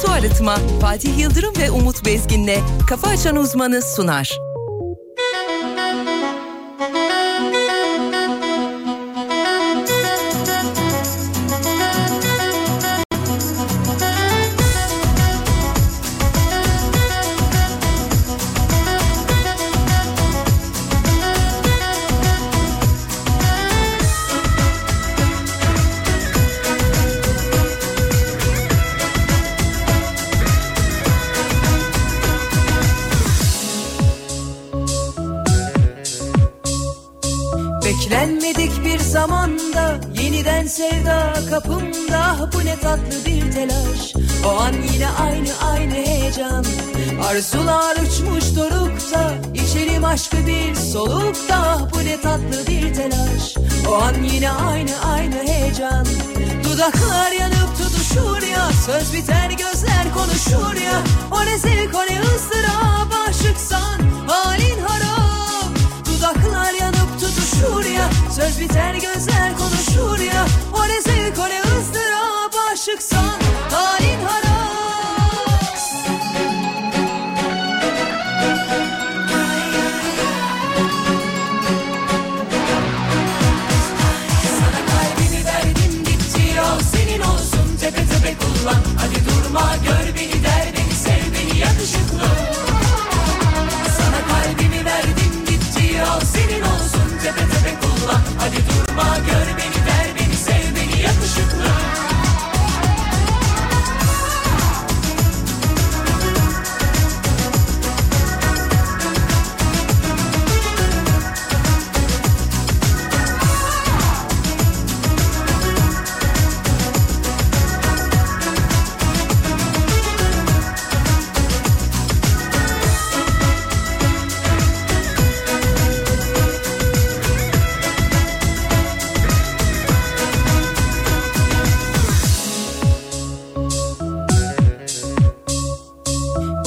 Su Arıtma Fatih Yıldırım ve Umut Bezgin'le Kafa Açan Uzmanı sunar. Beklenmedik bir zamanda yeniden sevda kapımda Ah, bu ne tatlı bir telaş o an yine aynı aynı heyecan Arzular uçmuş dorukta içerim aşkı bir solukta Ah, bu ne tatlı bir telaş o an yine aynı aynı heyecan Dudaklar yanıp tutuşur ya söz biter gözler konuşur ya O ne zevk o ne ızdırap aşıksan halin harap Dudaklar yanıp tutuşur ya Söz biter gözler konuşur ya O ne zevk o ne ızdırap Aşıksan halin harap Sana kalbimi verdim gitti al Senin olsun tepe tepe kullan Hadi durma gör beni der beni Sev beni yakışıklı sana kalbimi verdim gitti al senin olsun tepe tepe kullan Hadi durma gör beni ver beni sev beni yakışıklı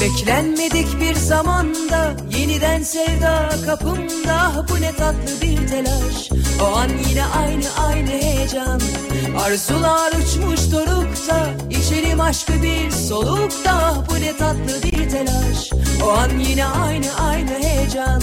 Beklenmedik bir zamanda yeniden sevda kapımda Ah, Bu ne tatlı bir telaş o an yine aynı aynı heyecan Arzular uçmuş dorukta içerim aşkı bir solukta Ah, Bu ne tatlı bir telaş o an yine aynı aynı heyecan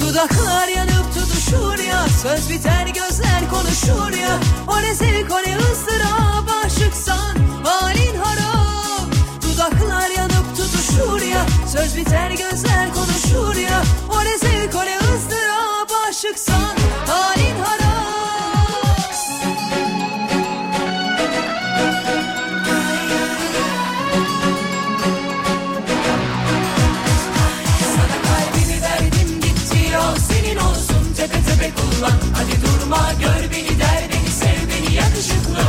Dudaklar yanıp tutuşur ya Söz biter gözler konuşur ya O ne zevk o ne ızdırap Aşıksan halin harap Dudaklar yanıp tutuşur ya Söz biter gözler konuşur ya O ne zevk o ne ızdırap Aşıksan halin harap Sana kalbimi verdim gitti al Senin olsun tepe tepe kullan Hadi durma gör beni der beni Sev beni yakışıklı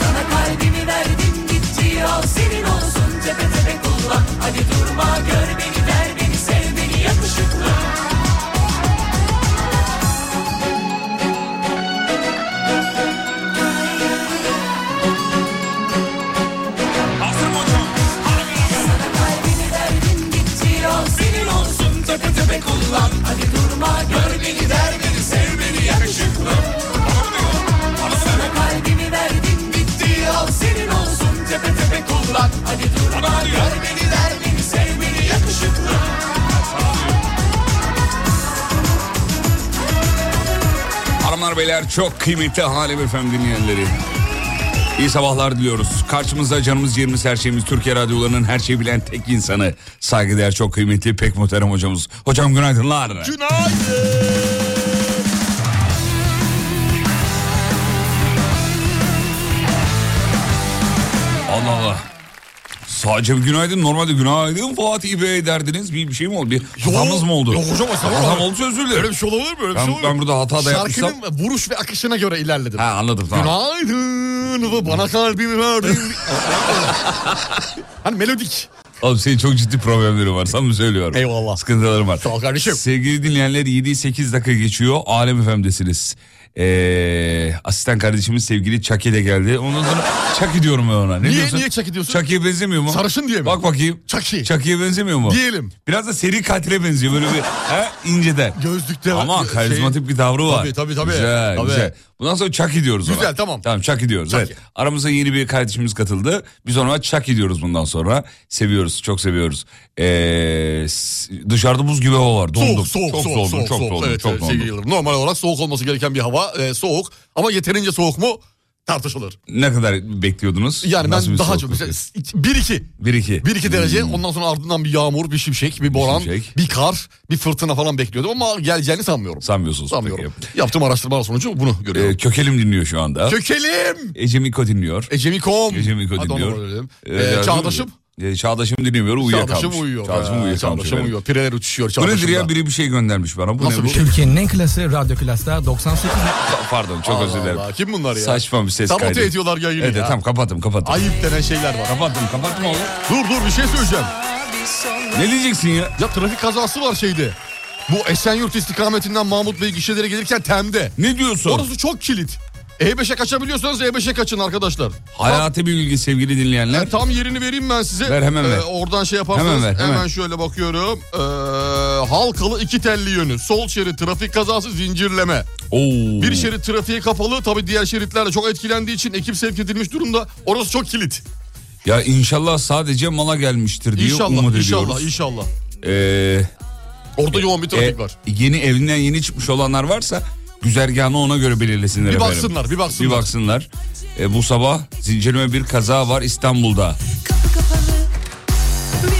Sana kalbimi verdim gitti al Senin olsun tepe tepe kullan Hadi durma gör beni der beni Sev beni yakışıklı Sana kalbimi verdim gitti al Senin olsun tepe tepe kullan Hadi durma gör beni der beni Sev beni yakışıklı Sana kalbimi verdim gitti al Senin olsun tepe tepe kullan Hadi durma gör beni der beni Sev beni yakışıklı Hanımlar beyler çok kıymetli Halim FM dinleyenleri. İyi sabahlar diliyoruz. Karşımızda canımız yerimiz her şeyimiz Türkiye radyolarının her şeyi bilen tek insanı. Saygıdeğer çok kıymetli pek muhterem hocamız. Hocam günaydınlar. Allah Allah. Sadece bir günaydın normalde günaydın Fatih Bey derdiniz bir, bir şey mi oldu? Bir hatamız mı oldu? Yok hocam estağfurullah. Hatam oldu özür dilerim. Öyle bir şey olabilir mi? Öyle bir Ben- şey olabilir mi? ben burada hata da Şarkının yapmışsam- vuruş ve akışına göre ilerledim. Ha anladım tamam. Günaydın ve bana kalbimi verdin. hani melodik. Oğlum senin çok ciddi problemleri var sana mı söylüyorum? Eyvallah. Sıkıntılarım var. Sağ ol kardeşim. Sevgili dinleyenler 7-8 dakika geçiyor. Alem FM'desiniz. Ee, asistan kardeşimiz sevgili Çaki de geldi. Ondan sonra Çaki diyorum ben ona. Ne Niye- diyorsun? niye Chucky diyorsun? Chucky'ye benzemiyor mu? Sarışın diye mi? Bak bakayım. Chucky. Chucky'ye benzemiyor mu? Diyelim. Biraz da seri katile benziyor böyle bir he, inceden. Gözlükte var. Ama Şey- karizmatik bir tavrı var. Tabii, tabii, tabii. Güzel Tabii. güzel. Bundan sonra Chucky diyoruz ona. Güzel, tamam. Tamam Chucky diyoruz. Chucky. Evet. Aramıza yeni bir kardeşimiz katıldı. Biz ona Chucky diyoruz bundan sonra. Seviyoruz çok seviyoruz. Ee, s- dışarıda buz gibi hava var. Dondum. Soğuk, soğuk, çok soğuk, dondum, soğuk, çok soğuk. dondum, evet, çok evet, şey dondum. sevgili Yıldırım. Normal olarak soğuk olması gereken bir hava, e, soğuk. Ama yeterince soğuk mu tartışılır. Ne kadar bekliyordunuz? Yani Nasıl bir ben daha soğukluk? çok... 1-2. 1-2. 1-2 derece ondan sonra ardından bir yağmur, bir şimşek, bir boran, Hmm. şimşek. bir kar, bir fırtına falan bekliyordum ama geleceğini sanmıyorum. Sanmıyorsunuz. Sanmıyorum. peki. Yaptığım araştırmalar sonucu bunu Ee, görüyorum. kökelim dinliyor şu anda. Kökelim! Ece Miko dinliyor. Ecemikom. Ece Miko Hadi onu dinliyor. verelim. Ee, Ee, yardım- çağdaşım. Ee, çağdaşım dinlemiyor uyuyakalmış. Çağdaşım uyuyor. Çağdaşım Ee, uyuyakalmış. Çağdaşım evet. uyuyor. Pireler uçuşuyor Bu çağdaşımda. nedir ya biri bir şey göndermiş bana. Bu Nasıl ne bir bu? şey? Türkiye'nin en klası radyo klasta 98. Pardon çok Allah özür dilerim. Allah, kim bunlar ya? Saçma bir ses Sabote kaydı. ediyorlar yayını evet, ya. Evet tamam kapattım kapattım. Ayıp denen şeyler var. Kapattım kapattım oğlum. Dur dur bir şey söyleyeceğim. Ne diyeceksin ya? Ya trafik kazası var şeyde. Bu Esenyurt istikametinden Mahmut Bey gişelere gelirken Tem'de. Ne diyorsun? Orası çok kilit. E5'e kaçabiliyorsanız E5'e kaçın arkadaşlar. Hayati bir bilgi sevgili dinleyenler. Ben tam yerini vereyim ben size. Ver, hemen ver. oradan şey yaparsanız Hemen hemen, ver, hemen. şöyle bakıyorum. Ee, halkalı iki telli yönü. Sol şerit trafik kazası zincirleme. Oo. Bir şerit trafiğe kapalı. Tabii diğer şeritler de çok etkilendiği için ekip sevk edilmiş durumda. Orası çok kilit. Ya inşallah sadece mala gelmiştir diye İnşallah, umut inşallah, ediyoruz. inşallah. Ee, Orada yoğun bir trafik e, var. yeni evinden yeni çıkmış olanlar varsa güzergahını ona göre belirlesinler Bir efendim. baksınlar, bir baksınlar. Bir baksınlar. E, bu sabah zincirleme bir kaza var İstanbul'da. Kapı kapalı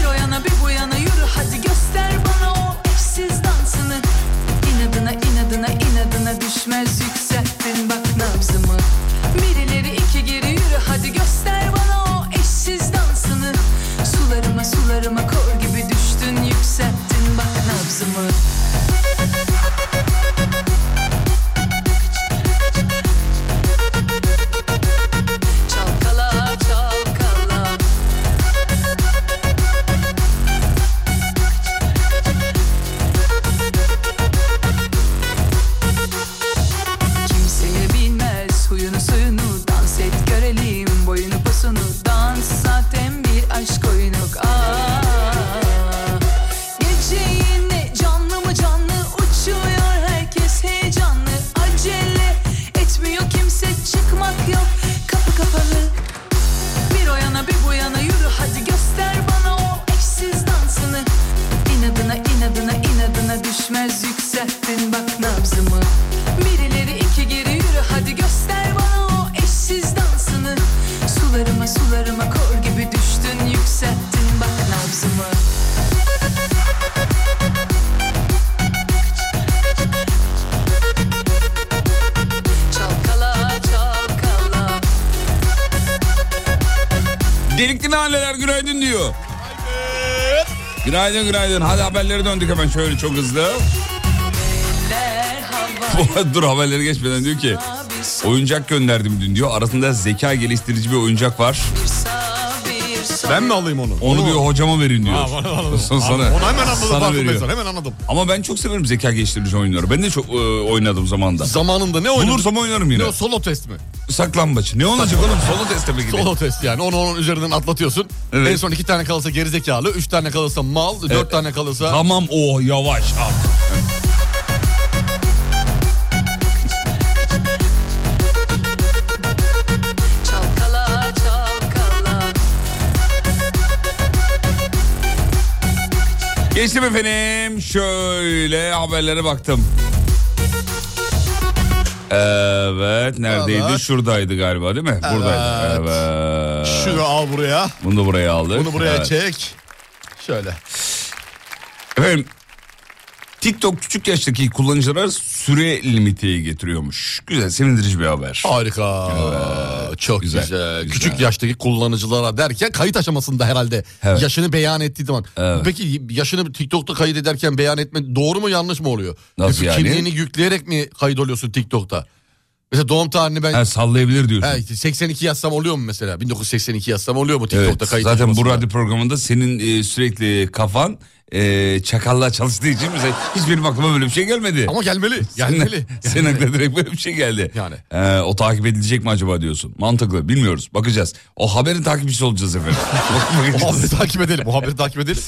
Bir o yana bir bu yana yürü Hadi göster bana o eşsiz dansını İnadına inadına inadına düşmez yükselttin bak nabzımı Bir ileri iki geri yürü Hadi göster bana o eşsiz dansını Sularıma sularıma kor gibi düştün Yükselttin bak nabzımı Çalkala çalkala Kimseye bilmez huyunu suyunu Dans et görelim boyunu posunu Dans zaten bir aşk oyunu Ah, Aa, Gece yine canlı mı canlı Uçuyor herkes heyecanlı Acele etmiyor kimse çıkmak yok Kapı kapalı bir o yana bir bu yana yürü hadi göster bana o eşsiz dansını İnadına inadına inadına düşmez yükselttin bak nabzımı Bir ileri iki geri yürü hadi göster bana o eşsiz dansını Sularıma sularıma kor gibi düştün yükselttin bak nabzımı Çalkala çalkala Delikli aileler günaydın diyor. Günaydın günaydın. Hadi haberlere döndük hemen şöyle çok hızlı. Eller hava Dur haberleri geçmeden diyor ki bir oyuncak gönderdim dün diyor. Arasında zeka geliştirici bir oyuncak var. sağ bir sol Ben mi alayım onu? Onu diyor hocama verin diyor. Aa, bana- bana- Son sana. Onu hemen anladım. Sana farkındaysan, veriyor. Hemen anladım. Ama ben çok severim zeka geliştirici oyunları. Ben de çok e, oynadım zamanında. Zamanında ne oynadın? Bulursam oynarım yine. Ne o solo test mi? Saklambaç. Ne olacak oğlum? Solo teste mi gidelim? Solo test yani. Onu onun üzerinden atlatıyorsun. Evet. En son iki tane kalırsa gerizekalı, üç tane kalırsa mal, dört tane kalırsa... Tamam o yavaş al. çalkala çalkala Geçtim efendim. Şöyle haberlere baktım. Evet neredeydi? Evet. Şuradaydı galiba değil mi? Buradaydı. Evet. Şunu al buraya, Bunu da buraya aldık. bunu buraya Evet. çek. Şöyle. Efendim TikTok küçük yaştaki kullanıcılara süre limiti getiriyormuş. Güzel sevindirici bir haber. Harika. Çok Güzel, güzel, güzel. Küçük yaştaki kullanıcılara derken kayıt aşamasında herhalde Evet. yaşını beyan ettiği zaman. Evet. Peki yaşını TikTok'ta kayıt ederken beyan etme doğru mu yanlış mı oluyor? Nasıl yani? Kimliğini yükleyerek mi kaydoluyorsun TikTok'ta? Mesela doğum tarihini ben Ha, sallayabilir diyorsun. He, 82 yazsam oluyor mu mesela? 1982 yazsam oluyor mu TikTok'ta Evet, kayıt zaten bu aşamasında? radyo programında senin e, sürekli kafan e, çakalla çalıştığı için bize hiç benim aklıma böyle bir şey gelmedi. Ama gelmeli. Sen- Gelmeli. Senin aklına direkt böyle bir şey geldi. Yani. Ee, o takip edilecek mi acaba diyorsun. Mantıklı bilmiyoruz bakacağız. O haberin takipçisi olacağız efendim. Bak- O bakacağız. haberi takip edelim. O haberi takip edelim.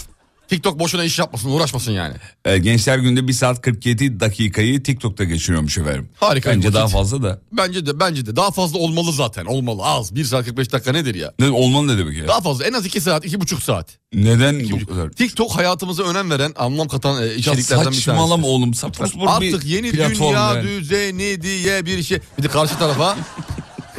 TikTok boşuna iş yapmasın, uğraşmasın yani. Ee, gençler günde 1 saat 47 dakikayı TikTok'ta geçiriyormuş efendim. Harika bir Bence vakit. daha fazla da. Bence de bence de daha fazla olmalı zaten. Olmalı az. 1 saat 45 dakika nedir ya? Ne, olmalı ne demek ya? Daha fazla en az 2 saat, 2,5 saat. Neden bu kadar? TikTok hayatımıza önem veren, anlam katan e, Ya içeriklerden bir tanesi. saçmalama oğlum. Sapur sapur bir Artık yeni platform dünya yani. düzeni diye bir şey. Bir de karşı tarafa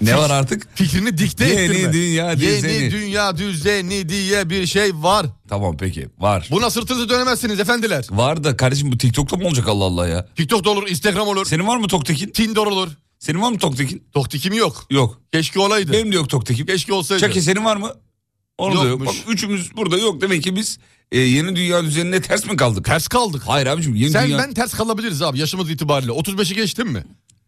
Ne var artık? fikrini dikte Yeni ettirme. dünya düzeni. Yeni dünya düzeni diye bir şey var. Tamam peki var. Buna sırtınızı dönemezsiniz efendiler. Var da kardeşim bu TikTok'ta mı olacak Allah Allah ya? TikTok da olur, Instagram olur, Senin var mı Toktekin? Tinder olur. Senin var mı Toktekin? Toktikim yok. Yok. Keşke olaydı. Benim de yok Toktekin. Keşke olsaydı. Çaki senin var mı? Onun da yok. Bak, Yokmuş. üçümüz burada yok. Demek ki biz e, yeni dünya düzenine ters mi kaldık? Ters kaldık. Hayır abicim yeni Sen dünya... ben ters kalabiliriz abi yaşımız itibariyle. 35'i geçtin mi?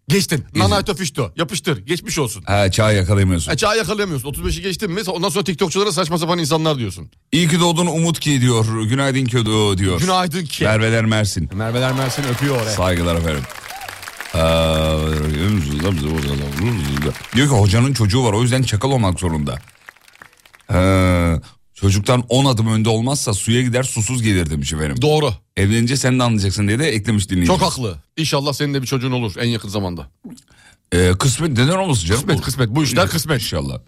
Geçtin. Nanayto fişto. Yapıştır. Geçmiş olsun. Ha çağı yakalayamıyorsun. E, çağı yakalayamıyorsun. 35'i geçtin mi? Ondan sonra TikTokçulara saçma sapan insanlar diyorsun. İyi ki doğdun Umut ki diyor. Günaydın ki doğ diyor. Günaydın ki. Berbeler Mersin. Merveler Mersin öpüyor oraya. Saygılar efendim. Ee, diyor ki hocanın çocuğu var o yüzden çakal olmak zorunda. Ee, çocuktan 10 adım önde olmazsa suya gider susuz gelir demiş efendim. Doğru. Evlenince sen de anlayacaksın diye de eklemiş dinleyici. Çok haklı. İnşallah senin de bir çocuğun olur en yakın zamanda. Ee, kısmet neden olmasın canım? Kısmet kısmet. Bu işler kısmet. İnşallah.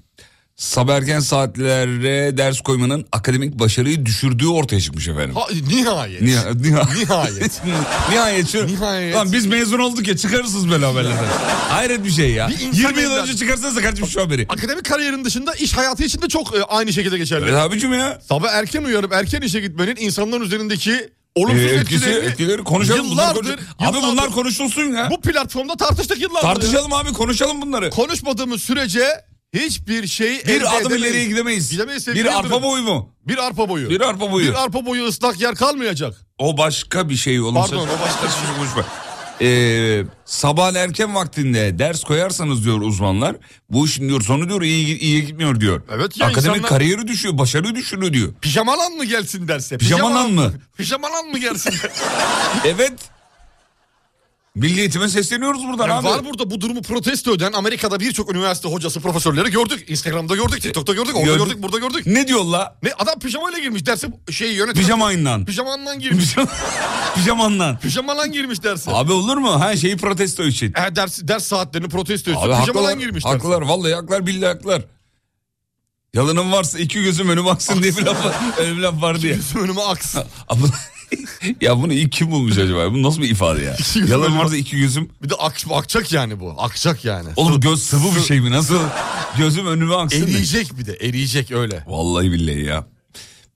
Sabah erken saatlere ders koymanın akademik başarıyı düşürdüğü ortaya çıkmış efendim. Ha, nihayet. Niha- niha- Nihayet. Nihayet şu. Nihayet. Lan biz mezun olduk ya çıkarırsınız böyle haberlerden. Hayret bir şey ya. Bir insan 20 yıl elinden- önce çıkarsanız da kardeşim şu haberi. Akademik kariyerin dışında iş hayatı için de çok e, aynı şekilde geçerli. Evet abicim ya. Sabah erken uyanıp erken işe gitmenin insanların üzerindeki Ee, olumsuz etkisi, etkileri, etkileri konuşalım. bunlar yıllardır, konuş- yıllardır- Abi bunlar konuşulsun ya. Bu platformda tartıştık yıllardır. Tartışalım abi konuşalım bunları. Konuşmadığımız sürece hiçbir şey elde Bir adım edemeyiz. ileriye gidemeyiz. Gidemeyiz sevgili Bir arpa Yıldırım. boyu mu? Bir arpa boyu. Bir arpa boyu. Bir arpa boyu ıslak yer kalmayacak. O başka bir şey oğlum. Pardon, Sen- o başka bir şey. Sus, konuşma. Ee, sabah erken vaktinde ders koyarsanız diyor uzmanlar bu işin diyor sonu diyor iyi, iyi gitmiyor diyor. Evet ya, Akademik insanlar- kariyeri düşüyor başarıyı düşürüyor diyor. Pijamalan mı gelsin derse? Pijamalan mı? Pijamalan mı gelsin derse? Evet. Milliyetime sesleniyoruz buradan Yani abi. var burada bu durumu protesto eden Amerika'da birçok üniversite hocası profesörleri gördük. Instagram'da gördük, TikTok'ta gördük, orada Gördük. gördük, burada gördük. Ne diyor la? Ne adam pijamayla girmiş derse şey yönetmen. Pijamayından. Pijamandan girmiş. Pijam- Pijamandan. Pijamalan girmiş derse. Abi olur mu? Her şeyi protesto için. E, ders, ders saatlerini protesto Abi ediyor. haklılar. Pijamadan girmiş derse. Haklılar vallahi haklar billahi haklar. Yalanım varsa iki gözüm önüme aksın diye bir laf var, öyle bir laf var diye. Gözüm önüme aksın. Abi, ya bunu ilk kim bulmuş acaba? Bu nasıl bir ifade ya? İki gözüm Yalan önüme- varsa iki gözüm. Bir de ak, akacak yani bu. Akacak yani. Oğlum göz sıvı bir şey mi? Nasıl? Gözüm önüme aksın. diye. Eriyecek bir de eriyecek öyle. Vallahi billahi ya.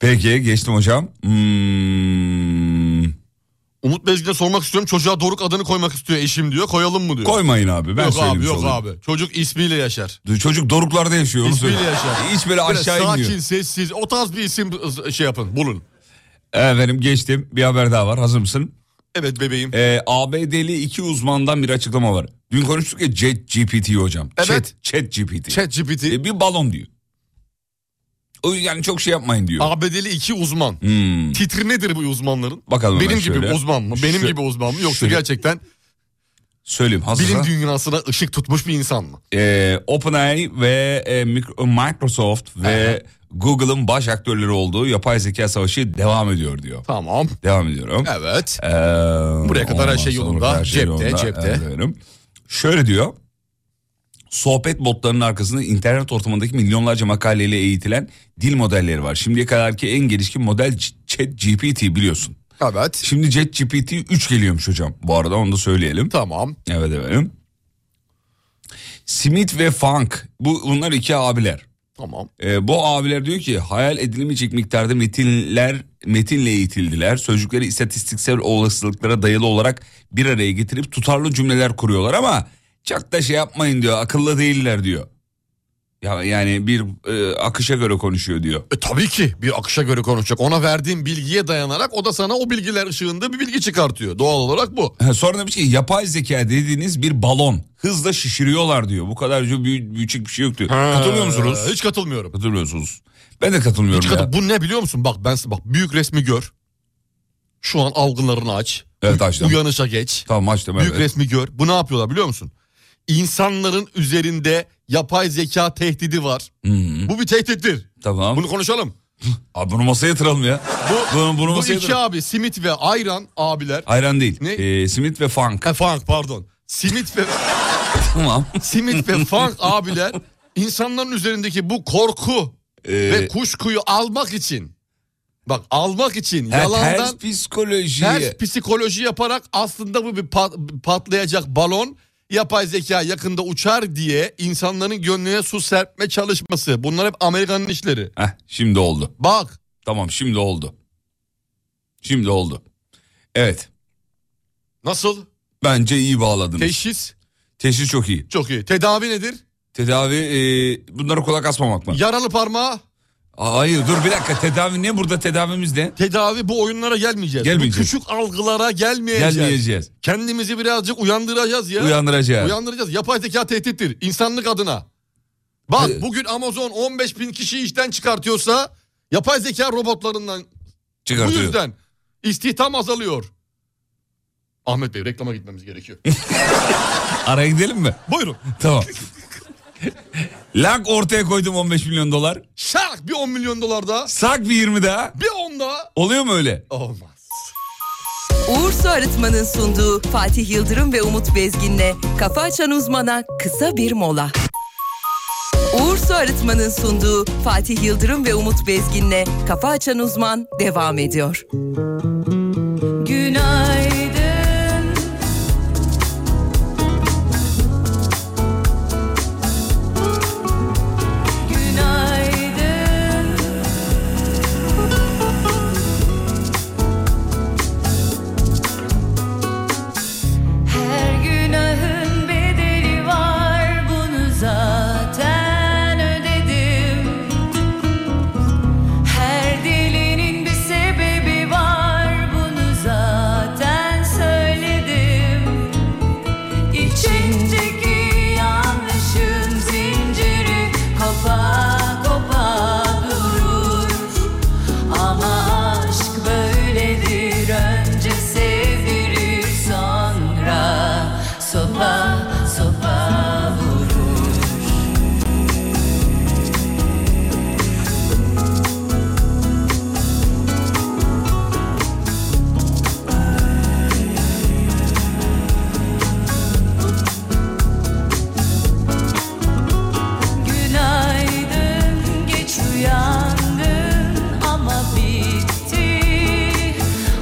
Peki geçtim hocam. Hmm, Umut Bezgin'e sormak istiyorum. Çocuğa Doruk adını koymak istiyor eşim diyor. Koyalım mı diyor. koymayın abi ben yok abi söylemiş yok olayım. abi. Çocuk ismiyle yaşar. Çocuk doruklarda yaşıyor şey onu İsmiyle söyle. yaşar. Hiç böyle aşağı sakin, inmiyor. sessiz o tarz bir isim ı, şey yapın bulun. Efendim geçtim bir haber daha var hazır mısın? Evet bebeğim. Ee, ABD'li iki uzmandan bir açıklama var. Dün konuştuk ya Chat GPT hocam. Evet. Chat, Chat GPT. ChatGPT. Ee, bir balon diyor. O yani çok şey yapmayın diyor. ABD'li iki uzman. Hmm, Titri nedir bu uzmanların? Bakalım hemen Benim gibi şöyle. uzman mı? Benim Şö- gibi uzman mı? Yoksa şöyle. gerçekten söyleyeyim bilim hazırsa. dünyasına ışık tutmuş bir insan mı? Ee, OpenAI ve e, Mik- Microsoft ve Google'ın baş aktörleri olduğu yapay zeka savaşı devam ediyor diyor. Tamam. Devam ediyorum. Evet. Ee, Buraya kadar her ondan şey sonra yolunda. her şey Cepte, yolunda. cepte. Evet efendim. Şöyle diyor. Sohbet botlarının arkasında internet ortamındaki milyonlarca makaleyle eğitilen dil modelleri var. Şimdiye kadarki en gelişkin model Chat GPT biliyorsun. Evet. Şimdi Chat GPT 3 geliyormuş hocam. Bu arada onu da söyleyelim. Tamam. Evet efendim. Smith ve Funk. Bu, bunlar iki abiler. Tamam. Ee, bu abiler diyor ki hayal edilemeyecek miktarda metinler metinle eğitildiler. Sözcükleri istatistiksel olasılıklara dayalı olarak bir araya getirip tutarlı cümleler kuruyorlar ama çok da şey yapmayın diyor akıllı değiller diyor. Ya yani bir e, akışa göre konuşuyor diyor. E, tabii ki bir akışa göre konuşacak. Ona verdiğin bilgiye dayanarak o da sana o bilgiler ışığında bir bilgi çıkartıyor. Doğal olarak bu. Ha, Sonra demiş ki şey, yapay zeka dediğiniz bir balon. Hızla şişiriyorlar diyor. Bu kadar büyük, büyük bir şey yok diyor. Katılıyor musunuz? Ee, Hiç katılmıyorum. Katılmıyorsunuz. Ben de katılmıyorum Hiç ya. katıl- bu ne biliyor musun? Bak ben bak büyük resmi gör. Şu an algılarını aç. Evet, açtım. Uyanışa geç. Tamam açtım Büyük evet. resmi gör. Bu ne yapıyorlar biliyor musun? İnsanların üzerinde yapay zeka tehdidi var. Hı, Bu bir tehdittir. Hmm. tamam. Bunu konuşalım. Abi bunu masaya yatıralım ya. Bu, Bunu, bunu bu masaya iki yatıralım. abi simit ve ayran abiler. Ayran değil. Ne? Ee, simit ve funk. Ha, funk pardon. Simit ve tamam. simit ve funk abiler insanların üzerindeki bu korku Ee, ve kuşkuyu almak için bak almak için ha, yalandan ters psikoloji. ters psikoloji yaparak aslında bu bir pat- patlayacak balon yapay zeka yakında uçar diye insanların gönlüne su serpme çalışması. Bunlar hep Amerika'nın işleri. Heh, şimdi oldu. Bak Tamam şimdi oldu. Şimdi oldu. Evet. nasıl? Bence iyi bağladınız. Teşhis Teşhis çok iyi. çok iyi. Tedavi nedir? Tedavi e, bunlara kulak asmamak mı? Yaralı parmağı Aa, Hayır dur bir dakika tedavi ne burada tedavimiz ne? tedavi bu oyunlara gelmeyeceğiz. Gelmeyeceğiz. Bu küçük algılara gelmeyeceğiz. Gelmeyeceğiz. Kendimizi birazcık uyandıracağız ya. Uyandıracağız. Uyandıracağız. Yapay zeka tehdittir. İnsanlık adına. Bak Ee, bugün Amazon 15 bin kişiyi işten çıkartıyorsa yapay zeka robotlarından bu Çıkartıyor. yüzden istihdam azalıyor. Ahmet Bey reklama gitmemiz gerekiyor. Araya gidelim mi? Buyurun. Tamam. Lak ortaya koydum 15 milyon dolar. Şak bir 10 milyon dolar daha. Oh. Sak bir 20 daha. Bir 10 daha. Oluyor mu öyle? Olmaz. Uğur Su Arıtma'nın sunduğu Fatih Yıldırım ve Umut Bezgin'le Kafa Açan Uzman'a kısa bir mola. Uğur Su Arıtma'nın sunduğu Fatih Yıldırım ve Umut Bezgin'le Kafa Açan Uzman devam ediyor. Günaydın. Günaydın. Her günahın bedeli var bunu zaten ödedim. Her delinin bir sebebi var bunu zaten söyledim İçindeki yanlışın zinciri kopa kopa durur Ama aşk böyledir önce sevdirir sonra sopa sopa vurur Günaydın geç uyandın ama bitti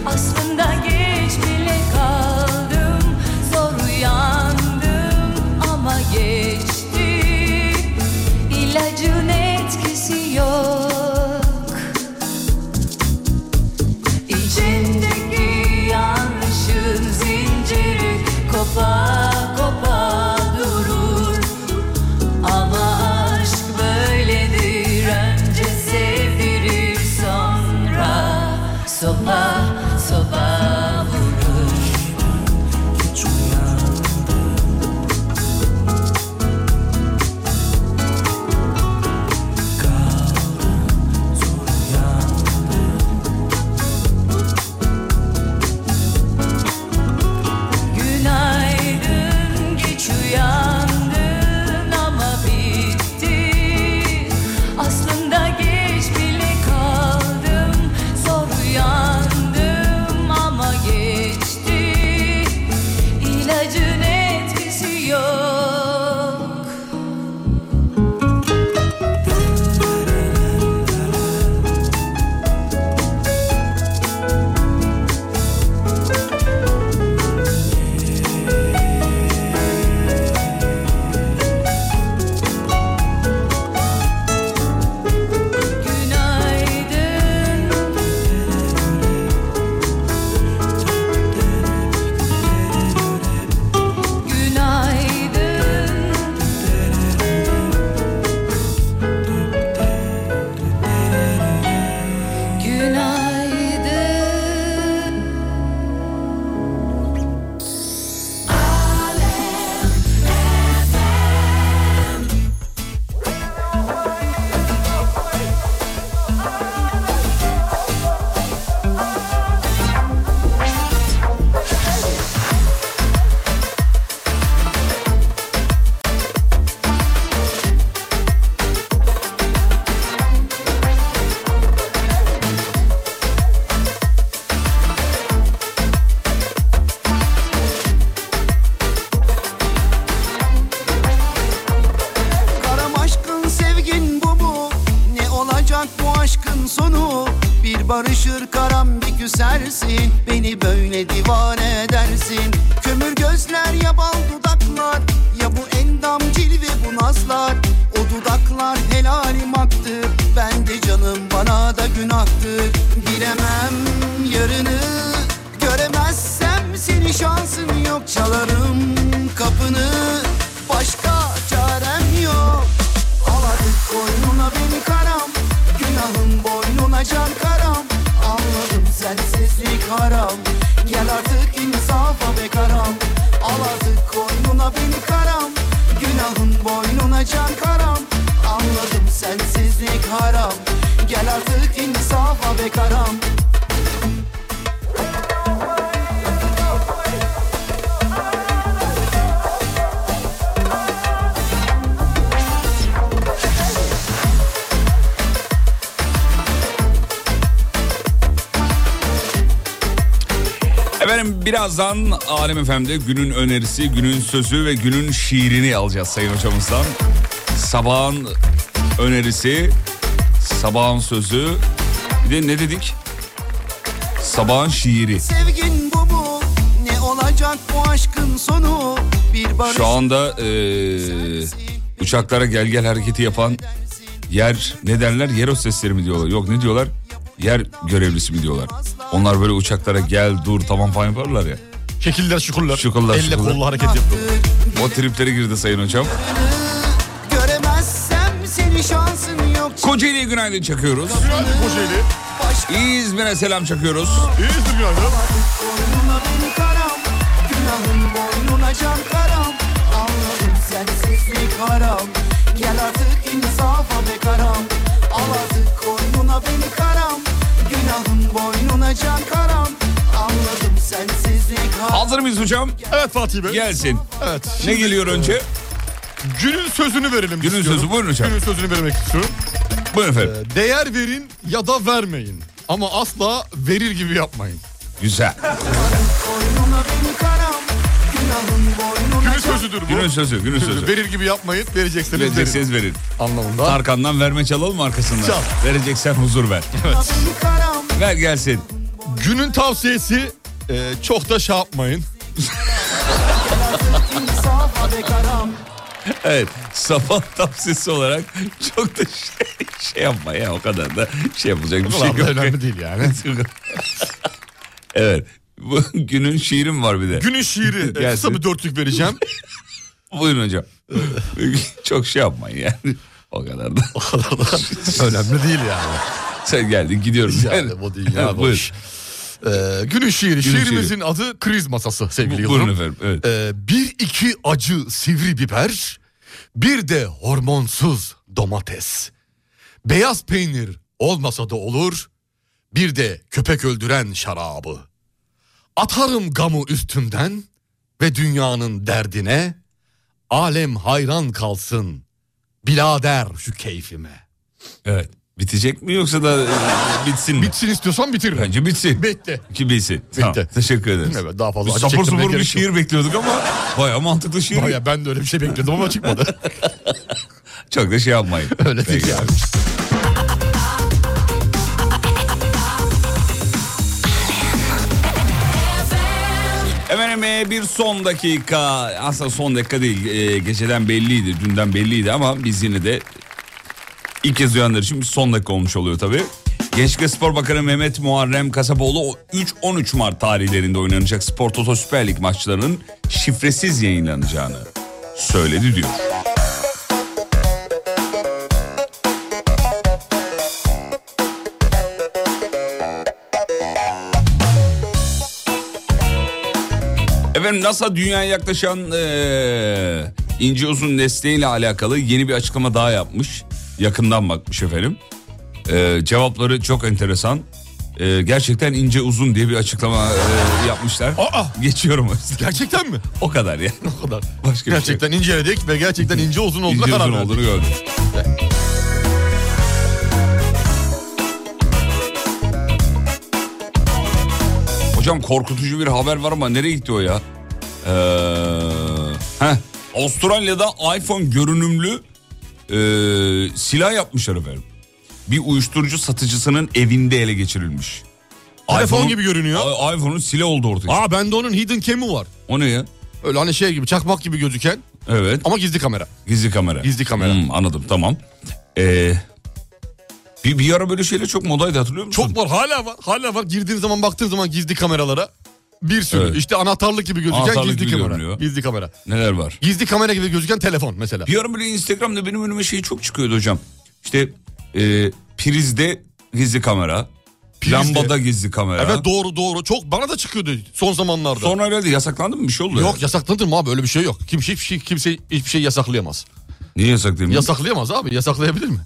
Aslında geç bile kaldım zor uyandım ama geçti İlacın etkisi yok İçindeki yanlışın zinciri kopa kopa durur ama aşk böyledir önce sevdirir sonra sopa sopa vurur. Hiç uyanmadım. küsersin Beni böyle divane edersin Kömür gözler ya bal dudaklar Ya bu endam cilve bu nazlar O dudaklar helalim haktır Ben de canım bana da günahtır Bilemem yarını Göremezsem seni şansın yok Çalarım kapını Başka çarem yok Aladık koynuna beni karam Günahım boynuna can karam Anladım sensizlik haram Gel artık insafa be karam Aladık koynuna beni karam Günahım boynuna can karam Anladım sensizlik haram Gel artık insafa be karam Efendim birazdan Alem FM'de günün önerisi, günün sözü ve günün şiirini alacağız sayın hocamızdan. Sabahın önerisi, sabahın sözü, bir de ne dedik? Sabahın şiiri. Sevgin bu mu? Ne olacak bu aşkın sonu? Bir barış Şu anda eee, uçaklara gel gel hareketi yapan yer ne derler? Yer hostesleri mi diyorlar? Yok ne diyorlar? Yer görevlisi mi diyorlar? Onlar böyle uçaklara gel dur tamam falan yaparlar ya. Şekiller şukurlar. Şukurlar, Elle şukurlar. kollu hareket yapıyor. O triplere girdi sayın hocam. göremezsem seni şansın yok. Kocaeli'ye günaydın çakıyoruz. Kocaeli. İzmir'e selam çakıyoruz. İyidir günaydın. Boynuna beni karam. Günahım boynuna can karam. Anladım sensizlik haram. Gel artık insafa be karam. Al artık koynuna beni karam. Günahım boynuna can karam. Anladım sensizlik haram. Hazır mıyız hocam? Evet Fatih Bey. e, Gelsin. Evet. Ne geliyor önce? Günün sözünü verelim Günün istiyorum. sözü, buyurun hocam. Günün sözünü vermek istiyorum. Ee, Buyurun efendim. Değer verin ya da vermeyin. Ama asla verir gibi yapmayın. Güzel. Boynuna beni karam. Günahım boynuna Günün sözüdür bu. Günün sözü, günün sözü. Verir gibi yapmayın. Verecekseniz verin. Verecekseniz verin. Anlamında. Tarkan'dan verme çalalım arkasından. Çal. Vereceksen huzur ver. beni karam. Ver gelsin. Günün tavsiyesi e, çok da şey yapmayın. İnsafa be karam. Evet. Sabah tavsiyesi olarak çok da şey, şey yapma ya o kadar da şey yapılacak bir şey Ulan yok. da önemli değil yani. evet. Bu günün şiirim var bir de. Günün şiiri. E, Gelsin. kısa bir dörtlük vereceğim. Buyurun hocam. çok şey yapmayın yani. O kadar da. önemli değil yani. Sen geldin gidiyorum. Yani bu dünya Evet, boş. Buyur. E, günün şiiri. şiiri. Şiirimizin adı kriz masası sevgili Bu- Yıldırım. Buyurun efendim. Evet. Ee, bir iki acı sivri biber, bir de hormonsuz domates. Beyaz peynir olmasa da olur, bir de köpek öldüren şarabı. Atarım gamı üstümden ve dünyanın derdine, alem hayran kalsın, bilader şu keyfime. evet. Bitecek mi yoksa da e, bitsin mi? Bitsin istiyorsan bitiririm. Bence bitsin. Bitti. Ki bilsin. Tamam, Bitti. teşekkür ederiz. Evet, daha fazla Biz acı sapır çektirmeye sapır bir gerek yok. şiir bekliyorduk ama baya mantıklı şiir. Baya ben de öyle bir şey bekliyordum ama çıkmadı. Çok da şey yapmayın. öyle değil Peki. yani. Efendim e, bir son dakika aslında son dakika değil e, geceden belliydi dünden belliydi ama biz yine de ilk kez duyanlar için bir son dakika olmuş oluyor tabii. Gençlik ve Spor Bakanı Mehmet Muharrem Kasapoğlu o 3-13 Mart tarihlerinde oynanacak Spor Toto Süper Lig maçlarının şifresiz yayınlanacağını söyledi diyor. Efendim NASA dünyaya yaklaşan eee ince uzun nesneyle alakalı yeni bir açıklama daha yapmış. Yakından bakmış efendim. Eee, cevapları çok enteresan. Eee, gerçekten ince uzun diye bir açıklama eee, yapmışlar. Aa! Geçiyorum. Gerçekten mi? o kadar yani. O kadar. Başka bir şey. gerçekten inceledik ve gerçekten ince uzun olduğuna İnce karar uzun verdik. olduğunu gördüm. Hocam korkutucu bir haber var ama nereye gitti o ya? Ee, heh, Avustralya'da iPhone görünümlü e, silah yapmışlar efendim. Bir uyuşturucu satıcısının evinde ele geçirilmiş. iPhone iPhone'un- gibi görünüyor. Ay- iPhone'un sile oldu ortaya. Aa bende onun hidden cam'i var. O ne ya? Öyle hani şey gibi çakmak gibi gözüken Evet. ama gizli kamera. Gizli kamera. Gizli kamera. Hmm, anladım tamam. Ee, bir, bir ara böyle şeyler çok modaydı hatırlıyor musun? Çok var hala var hala var. Girdiğin zaman baktığın zaman gizli kameralara bir sürü. Evet. İşte anahtarlık gibi gözüken Anahtarlık gizli gibi kamera. görünüyor. Gizli kamera. Neler var? Gizli kamera gibi gözüken telefon mesela. Bir ara böyle Instagram'da benim önüme şey çok çıkıyordu hocam. İşte e, prizde gizli kamera. Prizde. Lambada gizli kamera. Evet doğru doğru. Çok bana da çıkıyordu son zamanlarda. Sonra herhalde yasaklandı mı bir şey oldu? Yok herhalde. yasaklanır mı abi öyle bir şey yok. Kim, hiçbir, şey, kimse hiçbir şey yasaklayamaz. Niye yasaklandı? Yasaklayamaz abi yasaklayabilir mi?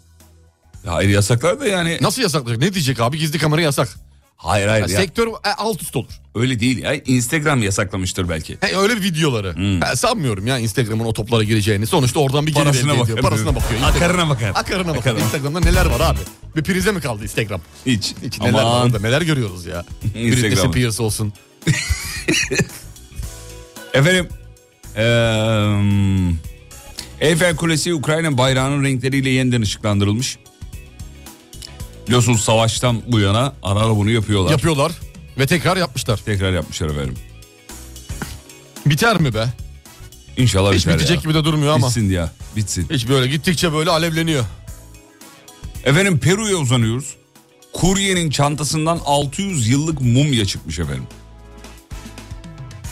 hayır yasaklar da yani. Nasıl yasaklayacak? Ne diyecek abi gizli kamera yasak. Hayır hayır Ya ya. Sektör e, alt üst olur. öyle değil ya. Instagram yasaklamıştır belki. Hmm. He, öyle videoları. Ha, sanmıyorum ya Instagram'ın o toplara gireceğini. Sonuçta oradan bir gelir Parasına elde ediyor. bakıyor. Parasına bakıyor. Akarına bakar. Akarına bakıyor. Akarına. Instagram'da neler var abi? Bir prize mi kaldı Instagram? Hiç. Hiç neler var Aman. orada neler görüyoruz ya. Britney Instagram. Spears olsun. Efendim. eee, Eyfel Kulesi Ukrayna bayrağının renkleriyle yeniden ışıklandırılmış. Biliyorsunuz savaştan bu yana ara ara bunu yapıyorlar. Yapıyorlar ve tekrar yapmışlar. Tekrar yapmışlar efendim. Biter mi be? İnşallah Hiç biter bitecek ya. gibi de durmuyor ama. Bitsin ya bitsin. Hiç böyle gittikçe böyle alevleniyor. Efendim Peru'ya uzanıyoruz. Kuryenin çantasından 600 yıllık mumya çıkmış efendim.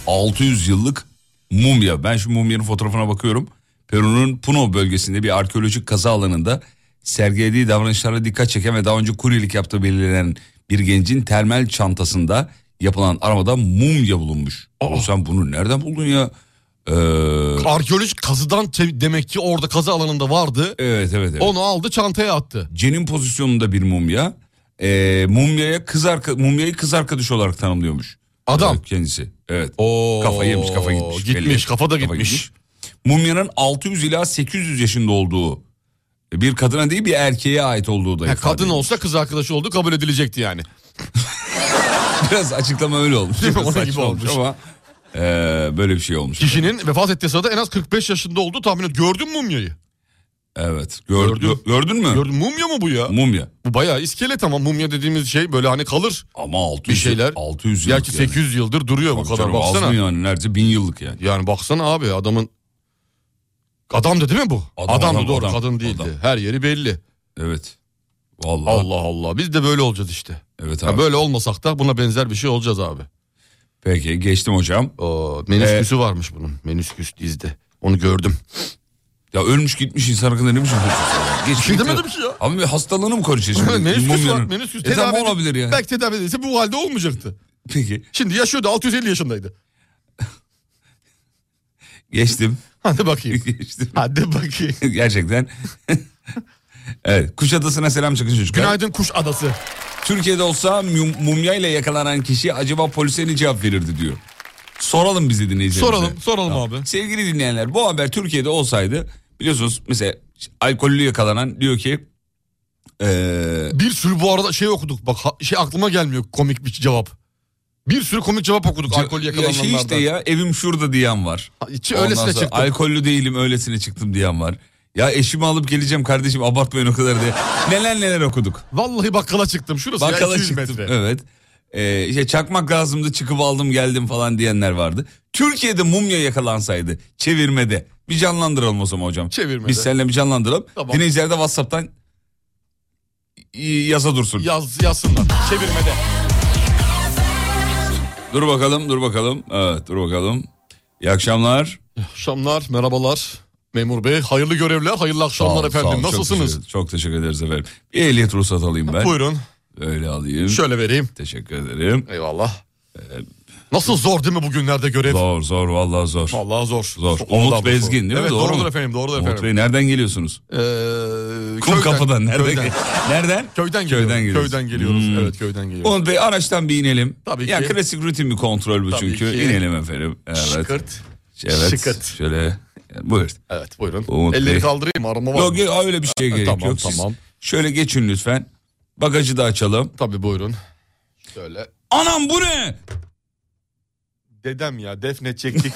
600 yıllık mumya. Ben şu mumyanın fotoğrafına bakıyorum. Peru'nun Puno bölgesinde bir arkeolojik kazı alanında sergilediği davranışlara dikkat çeken ve daha önce kuryelik yaptığı belirlenen bir gencin termal çantasında yapılan aramada mumya bulunmuş. Oğlum sen bunu nereden buldun ya? Ee, Arkeolojik kazıdan te- demek ki orada kazı alanında vardı. evet evet evet. Onu aldı çantaya attı. Cenin pozisyonunda bir mumya. Ee, mumyaya kız arka, mumyayı kız arkadaş olarak tanımlıyormuş. Adam. Evet, kendisi. Evet. Oo, kafa yemiş, kafa gitmiş. gitmiş, kafa da gitmiş. Mumyanın 600 ila 800 yaşında olduğu bir kadına değil bir erkeğe ait olduğu da Ha, ifade kadın edilmiş. olsa kız arkadaşı oldu kabul edilecekti yani. Biraz açıklama öyle olmuş. Değil mi? Biraz Onun saçma gibi olmuş olmuş. ama e, böyle bir şey olmuş. Kişinin vefat ettiği sırada en az 45 yaşında olduğu tahmin et. Gördün mü mumyayı? Evet. Gör- Gördüm. gö- gördün mü? Gördün mumya mı bu ya? Mumya. Bu bayağı iskelet ama mumya dediğimiz şey böyle hani kalır. Ama 600 Bir şeyler. 600 yıllık Belki yani. 800 yıldır duruyor bu Tabii kadar canım, az baksana. mı yani neredeyse 1000 yıllık yani. Yani baksana abi adamın adamdı değil mi bu? Adam, adamdı adam, doğru adam, kadın değildi. adam. Her yeri belli. Evet. Vallahi. Allah Allah biz de böyle olacağız işte. Evet Ya abi. böyle olmasak da buna benzer bir şey olacağız abi. Peki geçtim hocam. Ee, O menüsküsü varmış bunun. Menüsküs dizde. Onu gördüm. Ya ölmüş gitmiş insan hakkında ne biçim konuşuyorsun? ya? Geç, şey git- demedim ki ya. Abi bir şey hastalığını mı konuşuyorsun? şimdi? menüsküs var. Mumyanın. Menüsküs E tamam edilse- olabilir yani. Belki tedavi edilse bu halde olmayacaktı. Peki Şimdi yaşıyordu 650 yaşındaydı. geçtim. Hadi bakayım. geçtim. Hadi bakayım. Gerçekten. evet Kuşadası'na selam çıkın çocuklar. Günaydın kuş adası. Türkiye'de olsa mum, mumyayla yakalanan kişi acaba polise ne cevap verirdi diyor. Soralım bizi dinleyicilerimize. Soralım, soralım abi. Sevgili dinleyenler bu haber Türkiye'de olsaydı biliyorsunuz mesela alkollü yakalanan diyor ki eee Bir sürü bu arada şey okuduk bak ha- şey aklıma gelmiyor komik bir cevap. Bir sürü komik cevap okuduk alkol ya yakalananlardan. şey işte ya evim şurada diyen var. Ha, içi Ondan öylesine sonra çıktı. Alkollü değilim öylesine çıktım diyen var. Ya eşimi alıp geleceğim kardeşim abartmayın o kadar diye. Neler neler okuduk. Vallahi bakkala çıktım şurası ya Bakkala 200 çıktım. metre. Evet. Ee, işte çakmak lazımdı çıkıp aldım geldim falan diyenler vardı. Türkiye'de mumya yakalansaydı çevirmede bir canlandıralım o zaman hocam. Çevirmede. Biz seninle bir canlandıralım. Tamam. Dinleyiciler de Whatsapp'tan y- yaza dursun. Yaz, yazsınlar çevirmede. Dur bakalım dur bakalım. Evet dur bakalım. İyi akşamlar. Akşamlar merhabalar. Memur bey hayırlı görevler hayırlı Sağ akşamlar olun, efendim sağ olun. Çok nasılsınız? teşekkür- Çok teşekkür ederiz efendim. Bir ehliyet ruhsat alayım ben. Buyurun Öyle alayım. şöyle vereyim. Teşekkür ederim. Ee, Eyvallah. Nasıl zor değil mi bugünlerde görev? Zor zor vallahi zor. Vallahi zor. Zor. Vallahi Umut zor. Bezgin değil mi? Evet, Doğru doğrudur mu? efendim doğrudur Umut efendim. Bey nereden geliyorsunuz? Ee, Kum kapıdan nereden? Köyden, nereden? köyden geliyoruz. Köyden geliyoruz. geliyoruz. Hmm. Evet köyden geliyoruz. Umut Bey araçtan bir inelim. Tabii Ya ki. klasik rutin bir kontrol bu Tabii çünkü. ki. İnelim efendim. Evet. Şıkırt. Evet. Şıkırt. Şöyle. Buyur. Evet buyurun. Umut Elleri Bey. kaldırayım arama var. Yok mı? yok, öyle bir şey gerek tamam, yok. Siz tamam. Şöyle geçin lütfen. Bagajı da açalım. Tabii buyurun. Şöyle. Anam bu ne? Dedem ya defne çektik.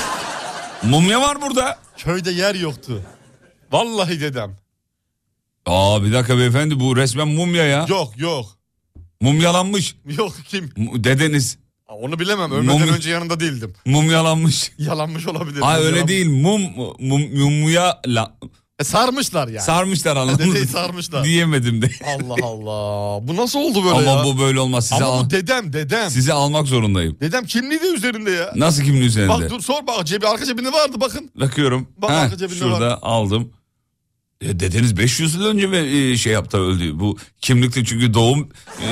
Mumya var burada. Köyde yer yoktu. Vallahi dedem. Aa bir dakika beyefendi bu resmen mumya ya. Yok yok. Mumyalanmış. Yok kim? Mu- Dedeniz Aa, Onu bilemem. Ölmeden Mumya- önce yanında değildim. mumyalanmış. Yalanmış olabilir. Ay öyle Yalan- değil. Mum mum mumya la- E, sarmışlar yani. sarmışlar anladın Dedeyi mı? sarmışlar. Diyemedim de. Allah Allah. Bu nasıl oldu böyle Ama ya? bu böyle olmaz. Size Ama al- bu dedem dedem. size almak zorundayım. Dedem kimliği de üzerinde ya. Nasıl kimin üzerinde? Bak dur sor bak cebi arka cebinde vardı bakın. Bakıyorum. Bak, Heh, arka cebinde şurada var. aldım. E, dedeniz 500 yıl önce mi e, şey yaptı öldü? Bu kimlikte çünkü doğum e,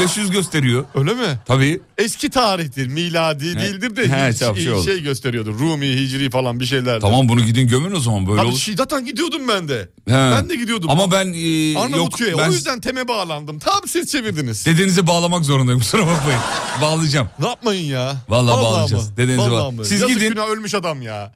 1500 gösteriyor. Öyle mi? Tabii. Eski tarihtir, miladi değildir de He, hiç- tamam, şey şey, oldu. gösteriyordu. Rumi, Hicri falan bir şeyler. Tamam bunu gidin gömün o zaman böyle Abi olur. şey, zaten gidiyordum ben de. He. Ben de gidiyordum. Ama ben e, yok Arnavutköy'e. ben O yüzden teme bağlandım. Tam siz çevirdiniz. dedenizi bağlamak zorundayım kusura bakmayın. Bağlayacağım. ne yapmayın ya? Vallahi bağlayacağız. mı? Dedenizi Vallahi bağla- mı? Siz Yazık gidin. günah ölmüş adam ya.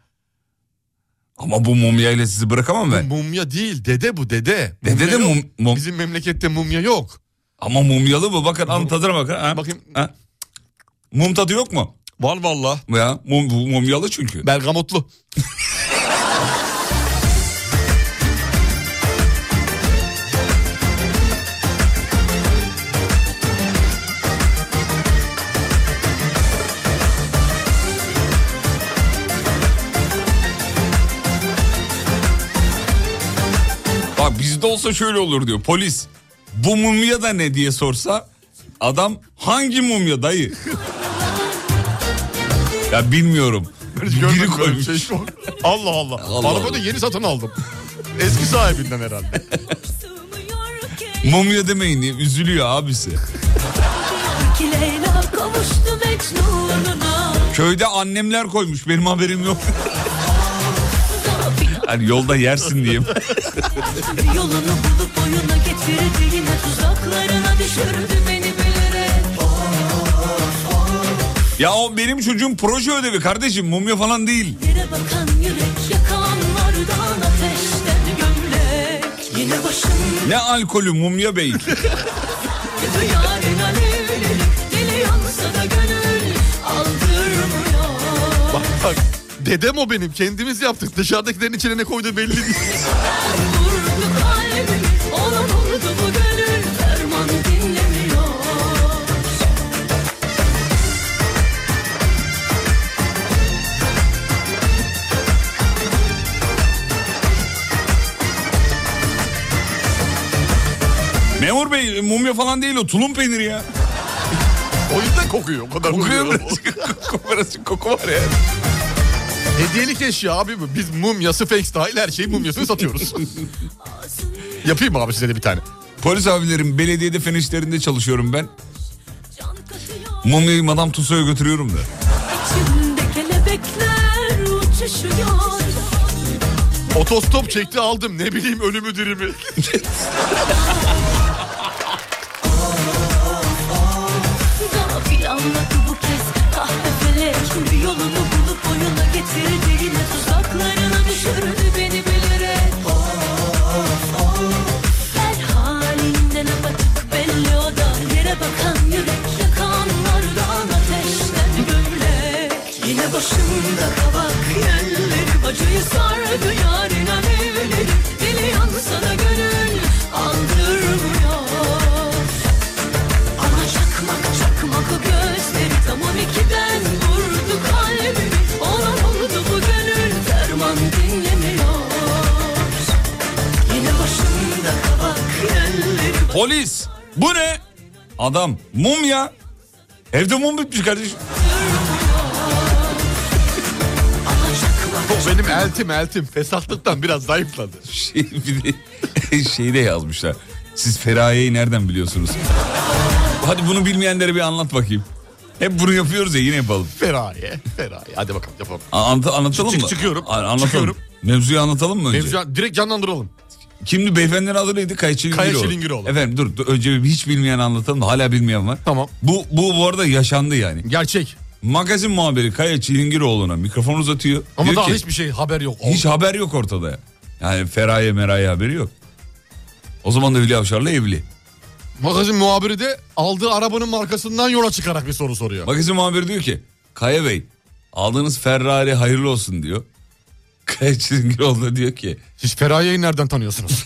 Ama bu mumyayla sizi bırakamam ben. Mumya değil dede bu dede. Dede Mumya de yok. mum- mum- Bizim memlekette mumya yok. Ama mumyalı bu bakın anı tadına bakın. Ha? Bakayım. Ha? Mum tadı yok mu? Var valla. Ya mum, bu mumyalı çünkü. Bergamotlu. Bak bizde olsa şöyle olur diyor polis. Bu mumya da ne diye sorsa adam hangi mumya dayı? ya bilmiyorum. Hiç Biri görmedim böyle bir koymuş. şey. Allah Allah. Allah Arabayı Allah. da yeni satın aldım. Eski sahibinden herhalde. Mumya demeyin diye üzülüyor abisi. Leyla kavuştu Mecnun'una Köyde annemler koymuş benim haberim yok. Hani yolda yersin diyeyim. Yolunu bulup oyuna getirdi Yine tuzaklarına düşürdü beni bilerek Ya o benim çocuğum proje ödevi kardeşim mumya falan değil. Yere bakan yürek yakanlardan ateşten gömlek Yine başım Ne alkolü mumya bey. yüzü yarın alevlenir Deli yansa da gönül aldırmıyor bak bak. Dedem o benim. Kendimiz yaptık. Dışarıdakilerin içine ne koydu belli değil. Vurdu kalbimi Ona vurdu bu gönül Ferman dinlemiyor Memur bey mumya falan değil o tulum peyniri ya. O yüzden kokuyor. O kadar Kokuyor kokuyor. birazcık. Koku, birazcık koku var ya. Hediyelik eşya abi bu. Biz mumyası fakes dahil her şeyi mumyasını satıyoruz. Yapayım mı abi size de bir tane? Polis abilerim belediyede fen işlerinde çalışıyorum ben. Can katıyor Mumyayı Madame Tussauds'a götürüyorum da. İçimde kelebekler uçuşuyor Otostop çekti aldım. Ne bileyim ölümü dirimi. Gafil anladı bu kez kahpe felek Bir yolunu bulup oyuna getirdi Yine tuzaklarına düşürdü beni bilerek Of of Her halinden apatık belli o da Yere bakan yürek yakanlardan ateşten gömlek Yine başımda kabak yelleri Acıyı sardı yarın alevleri Deli yansa da gönül aldırmıyor ama çakmak çakmak o gözleri tam on ikiden vurdu kalbimi Olan oldu bu gönül ferman dinlemiyor Yine başımda kabak yerleri Polis bu ne? Adam mum ya. Evde mum bitmiş kardeşim. O benim eltim eltim. Fesatlıktan biraz zayıfladı. Şey, bir de, şeyi de yazmışlar. Siz Feraye'yi nereden biliyorsunuz? Hadi bunu bilmeyenlere bir anlat bakayım. Hep bunu yapıyoruz ya yine yapalım. Feraye. Feraye. Hadi bakalım yapalım. A- anlat- anlatalım Çık- mı? çıkıyorum. A- anlatalım. Çıkıyorum. Mevzuyu anlatalım mı önce? Mevzu direkt canlandıralım. Kimdi beyefendinin adı neydi? Kaya Çilingiroğlu. Kaya Çilingiroğlu. Efendim dur, dur, önce bir hiç bilmeyen anlatalım da hala bilmeyen var. Tamam. Bu, bu bu arada yaşandı yani. Gerçek. Magazin muhabiri Kaya Çilingiroğlu'na mikrofon uzatıyor. Ama Diyor daha ki, hiçbir şey haber yok. Hiç haber yok ortada. Yani Feraye Meraye haberi yok. O zaman da Hülya Avşar'la evli. Magazin muhabiri de aldığı arabanın markasından yola çıkarak bir soru soruyor. Magazin muhabiri diyor ki Kaya Bey aldığınız Ferrari hayırlı olsun diyor. Kaya Çilingiroğlu da diyor ki Siz Feraye'yi nereden tanıyorsunuz?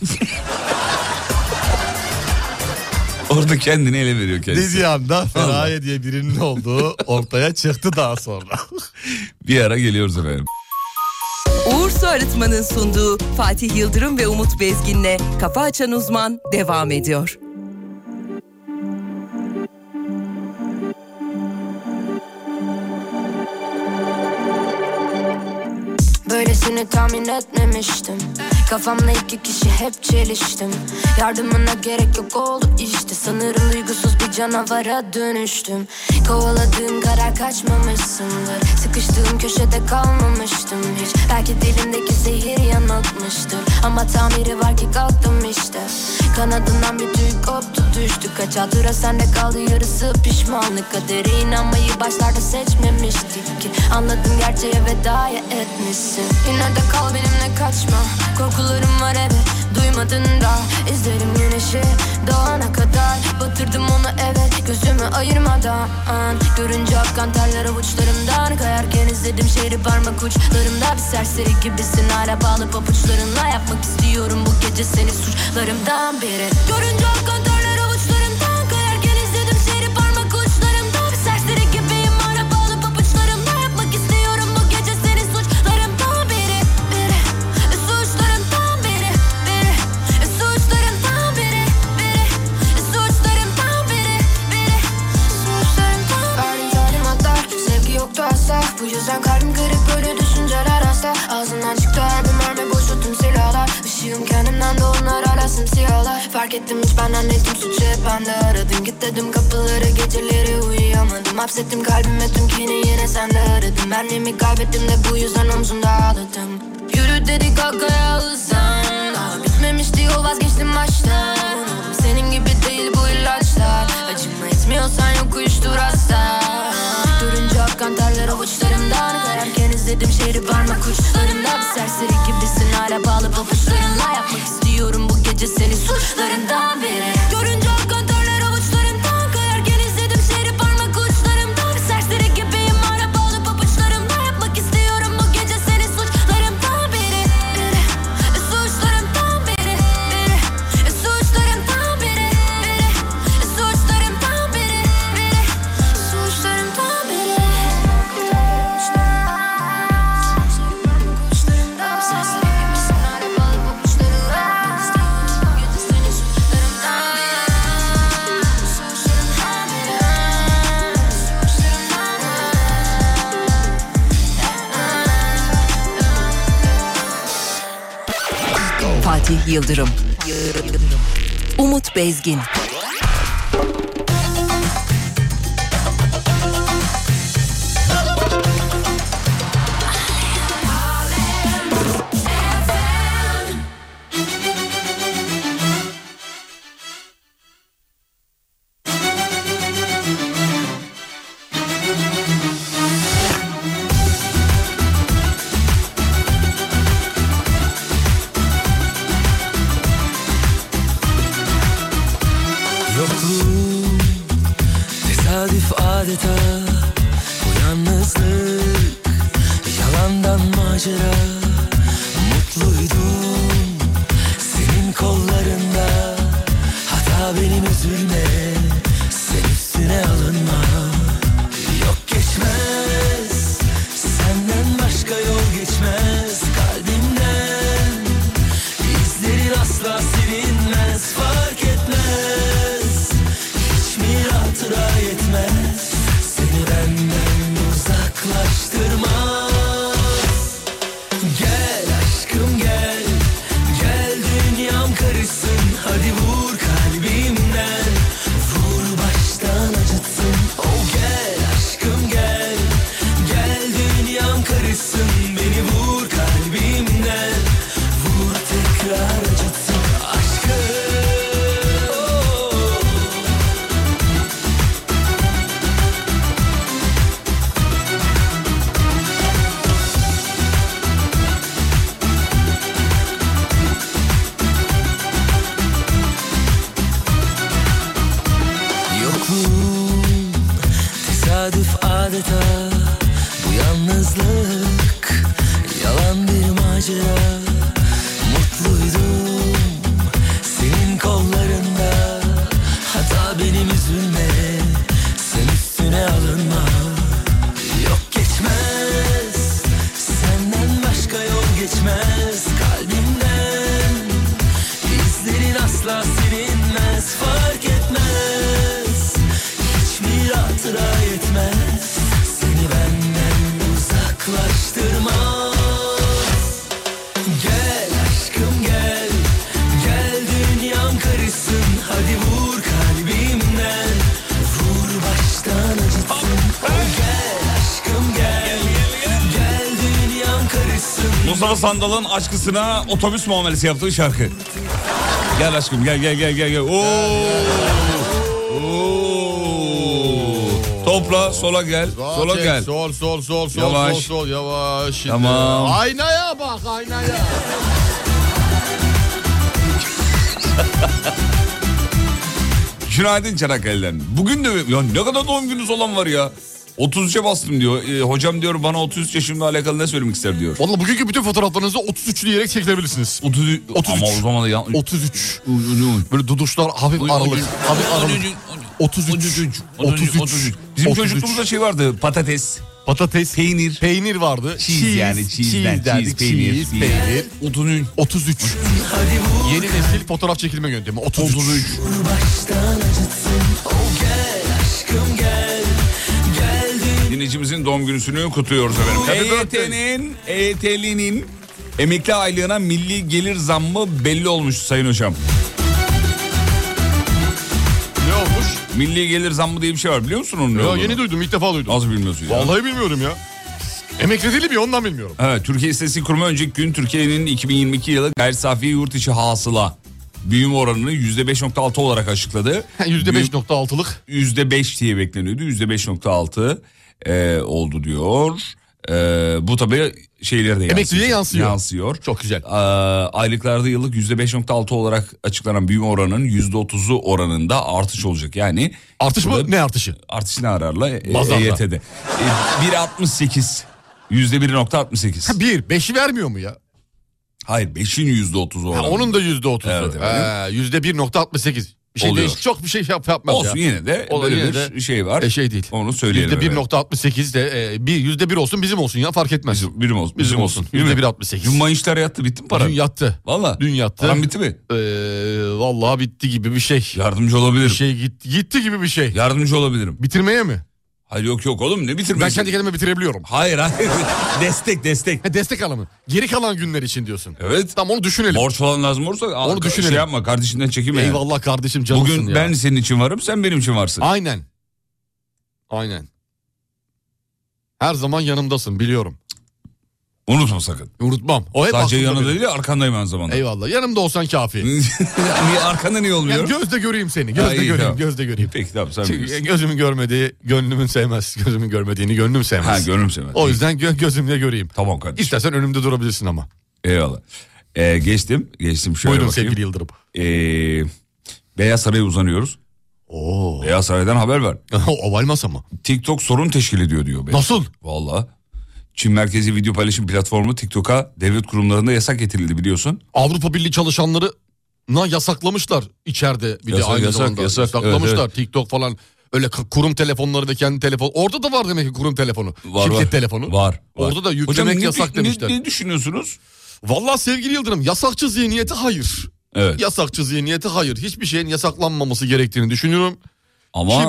o Orada kendini ele veriyor kendisi. Dediği anda Vallahi. Feraye diye birinin olduğu ortaya çıktı daha sonra. Bir ara geliyoruz efendim. Uğur Su Arıtma'nın sunduğu Fatih Yıldırım ve Umut Bezgin'le Kafa Açan Uzman devam ediyor. Böylesini tahmin etmemiştim Kafamla iki kişi hep çeliştim Yardımına gerek yok oldu işte Sanırım duygusuz bir canavara dönüştüm Kovaladığım karar kaçmamışsındır Sıkıştığım köşede kalmamıştım hiç Belki dilimdeki zehir yanıltmıştır Ama tamiri var ki kalktım işte Kanadından bir tüy koptu düştü Kaç hatıra sende kaldı yarısı pişmanlık Kadere inanmayı başlarda seçmemiştik ki Anladım gerçeğe vedaya etmişsin Yine de kal benimle kaçma Korkularım var eve duymadın da İzlerim güneşi doğana kadar Batırdım onu evet gözümü ayırmadan Görünce akkan terler avuçlarımdan Kayarken izledim şehri parmak uçlarımda Bir serseri gibisin hala bağlı papuçlarınla Yapmak istiyorum bu gece seni suçlarımdan biri Görünce akkan terler avuçlarımdan Kayarken izledim şehri parmak uçlarımda Bir serseri gibiyim hala bağlı papuçlarımla Yapmak istiyorum bu gece seni suçlarımdan biri Biri Suçlarımdan biri Biri Suçlarımdan biri Biri Suçlarımdan biri Biri Suçlarımdan biri Verdim hatar Sevgi yoktu asla Bu yüzden kalbim kırık böyle düşünceler asla Ağzından çıktı her bir mermi boşu tüm silahlar Işığım kendimden de onlar hala simsiyahlar Fark ettim hiç benden ne tüm suçu hep bende Aradım git dedim kapıları geceleri uyuyamadım Hapsettim kalbime tüm kini yine sende aradım Benliğimi kaybettim de bu yüzden omzumda ağladım Yürü dedi kalk ayağa uzan Daha bitmemiş diyor vazgeçtim baştan Senin gibi değil bu ilaçlar Acıma etmiyorsan yok uyuştur hasta Durunca akkan terler avuçlarımdan Kayarken izledim şehri parmak uçlarımda Bir serseri gibisin hala bağlı papuçlarınla Yapmak istiyorum bu gece seni suçlarından biri Görünce akkan terler avuçlarımdan Kayarken izledim şehri parmak uçlarımda Bir serseri gibiyim hala bağlı papuçlarımla Yapmak istiyorum bu gece seni suçlarımdan biri Biri Suçlarımdan biri Biri Suçlarımdan biri Biri Suçlarımdan biri Biri Suçlarımdan biri Fatih Yıldırım. Umut Bezgin. Yokluğun tesadüf adeta Bu yalnızlık yalandan macera Mutluydum senin kollarında Hata benim üzülme sen üstüne alınma Yok geçmez senden başka yol geçmez Kalbimden İzlerin asla silinmez fark etmez Hiç mi hatıra yetmez Seni benden uzaklaştırmaz Gel aşkım gel Gel dünyam karışsın Hadi vur kalbimden Vur baştan acıtsın Oh gel aşkım gel Gel dünyam karışsın Beni vur kalbimden Vur tekrar acıtsın aşkım Oh. Yokluğun tesadüf adeta Bu yalnızlık yalan bir macera Mutluydum senin kollarında Hata asla silinmez fark etmez Hiçbir hatıra yetmez Seni benden uzaklaştırmaz Gel aşkım gel Gel dünyam karışsın Hadi vur kalbimden Vur baştan acıtsın O Gel aşkım gel Gel dünyam karışsın Mustafa Sandal'ın aşkısına otobüs muamelesi yaptığı şarkı. Gel aşkım gel gel gel gel gel. Oo. Oo. Topla sola gel. Sola çek, gel. Sol sol sol sol Yavaş. sol sol yavaş. Şimdi. Tamam. Aynaya bak aynaya. Günaydın Çanakkale'den. Bugün de ya ne kadar doğum gününüz olan var ya. 33'e bastım diyor. E, hocam diyor bana 33 yaşımla alakalı ne söylemek ister diyor. Valla bugünkü bütün fotoğraflarınızı 33 diyerek çekilebilirsiniz. 33. 33. Ama o zaman da ya... 33. Böyle duduşlar hafif aralık. Hafif aralık. 33. 33. 33. Bizim 33. çocukluğumuzda şey vardı patates, Patates. peynir, Peynir vardı. cheese, yani cheese'den, cheese derdik. cheese, peynir, Cheese, peynir. peynir. 33. 33. Yeni nesil fotoğraf çekilme yöntemi. 33. 33. baştan acıtsın Oh gel aşkım gel Gel Dinleyicimizin doğum günüsünü kutluyoruz efendim. E EYT'nin, EYT'linin emekli aylığına milli gelir zammı belli olmuş sayın hocam. Ne olmuş? Milli gelir zammı diye bir şey var biliyor musun onun ne Ya olduğunu? yeni duydum ilk defa duydum. Nasıl bilmiyorsun ya? Vallahi bilmiyorum ya. Emekli değilim ya ondan bilmiyorum. Evet, Türkiye İstatistik Kurumu önceki gün Türkiye'nin 2022 yılı gayri safi yurt içi hasıla büyüme oranını %5.6 olarak açıkladı. %5.6'lık. %5 diye bekleniyordu. %5.6 e, oldu diyor. E, bu tabii şeylere de yansıyor. Emekliye yansıyor. Yansıyor. Çok güzel. E, aylıklarda yıllık %5.6 olarak açıklanan büyüme oranının %30'u oranında artış olacak. Yani Artış burada mı? Ne artışı? Artış ne ararla? E, Bazarla. EYT'de. E, 1.68. %1.68. Ha, Bir. Beşi vermiyor mu ya? Hayır 5'in %30 oranı. Ha, onun da yüzde otuzu. Evet, evet. Yüzde bir nokta altmış sekiz. Bir şey Oluyor. değiş, çok bir şey yap, yapmaz Olsun ya. yine de Olur, böyle yine bir de- şey var. E, şey değil. Onu söyleyelim. Yüzde bir evet. nokta altmış sekiz de e, bir, yüzde bir olsun bizim olsun ya fark etmez. Bizim, birim olsun. Bizim olsun. değil mi? Yüzde bir altmış sekiz. Dün Mayışlar yattı bitti mi para? Dün yattı. Valla. Dün yattı. Param bitti mi? Ee, vallahi bitti gibi bir şey. Yardımcı Bir olabilirim. şey gitti, gitti gibi bir şey. Yardımcı olabilirim. Bitirmeye mi? Hayır yok yok oğlum ne bitirmesi? Ben kendi kendime bitirebiliyorum. Hayır hayır. destek destek. Ha, destek alanı. Geri kalan günler için diyorsun. Evet. Tamam onu düşünelim. Borç falan lazım olursa Onu Onu düşünelim. şey yapma kardeşinden çekinme. yani. Eyvallah kardeşim canımsın Bugün ya. ben senin için varım sen benim için varsın. Aynen. Aynen. Her zaman yanımdasın biliyorum. Unutma sakın. Unutmam. O hep Sadece aklımda yanında benim. değil arkandayım aynı zamanda. Eyvallah. Yanımda olsan kafi. niye arkanda niye olmuyor? Yani gözde göreyim seni. Ha, Gözde iyi, göreyim. tamam. Gözde göreyim. Peki tamam sen Çünkü bilirsin. gözümün görmediği gönlümün sevmez. Gözümün görmediğini gönlüm Ha sevmez. gönlüm sevmez. o yüzden gö- gözümle göreyim. Tamam kardeşim. İstersen önümde durabilirsin ama. Eyvallah. Ee, geçtim. Geçtim şöyle Buyurun bakayım. sevgili Yıldırım. Ee, Beyaz Saray'a uzanıyoruz. Oo. Beyaz Saray'dan haber var. Oval masa mı? TikTok sorun teşkil ediyor diyor. Beyaz. Nasıl? Valla. Çin merkezi video paylaşım platformu TikTok'a devlet kurumlarında yasak getirildi biliyorsun. Avrupa Birliği çalışanları na yasaklamışlar içeride bir Yasak, de aynı yasak, zamanda yasak. yasaklamışlar Evet, evet. TikTok falan öyle k- kurum telefonları ve kendi telefon orada da var demek ki kurum telefonu Var, şirket var. telefonu Var, var. orada da yüklemek Hocam ne- yasak ne, demişler. Ne, düşünüyorsunuz? Vallahi sevgili Yıldırım yasakçı zihniyeti hayır. Evet. Yasakçı zihniyeti hayır. Hiçbir şeyin yasaklanmaması gerektiğini düşünüyorum. Ama e,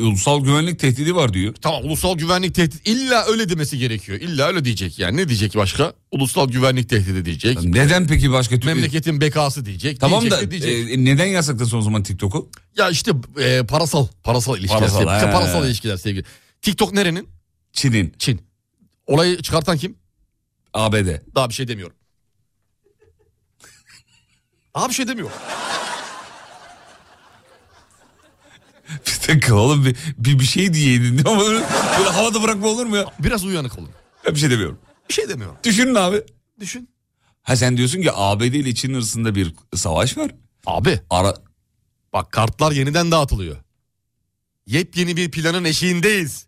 ulusal güvenlik tehdidi var diyor. Tamam ulusal güvenlik tehdit illa öyle demesi gerekiyor. İlla öyle diyecek yani ne diyecek başka? Ulusal güvenlik tehdidi diyecek. Neden peki başka türlü? Memleketin bekası diyecek. Tamam da diyecek de diyecek. e, neden yasaklasın o zaman TikTok'u? Ya işte e, parasal parasal ilişkiler. Parasal, sevgili- he. parasal ilişkiler sevgili. TikTok nerenin? Çin'in, Çin. Olayı çıkartan kim? ABD. Daha bir şey demiyorum. Daha bir şey demiyorum. Bir dakika oğlum bir, bir, bir şey diyeydin ama böyle böyle havada bırakma olur mu ya? Biraz uyanık olun. Ben bir şey demiyorum. Bir şey demiyorum. Düşünün abi. Düşün. Ha sen diyorsun ki ABD ile Çin arasında bir savaş var. Abi Ara bak kartlar yeniden dağıtılıyor. Yepyeni bir planın eşiğindeyiz.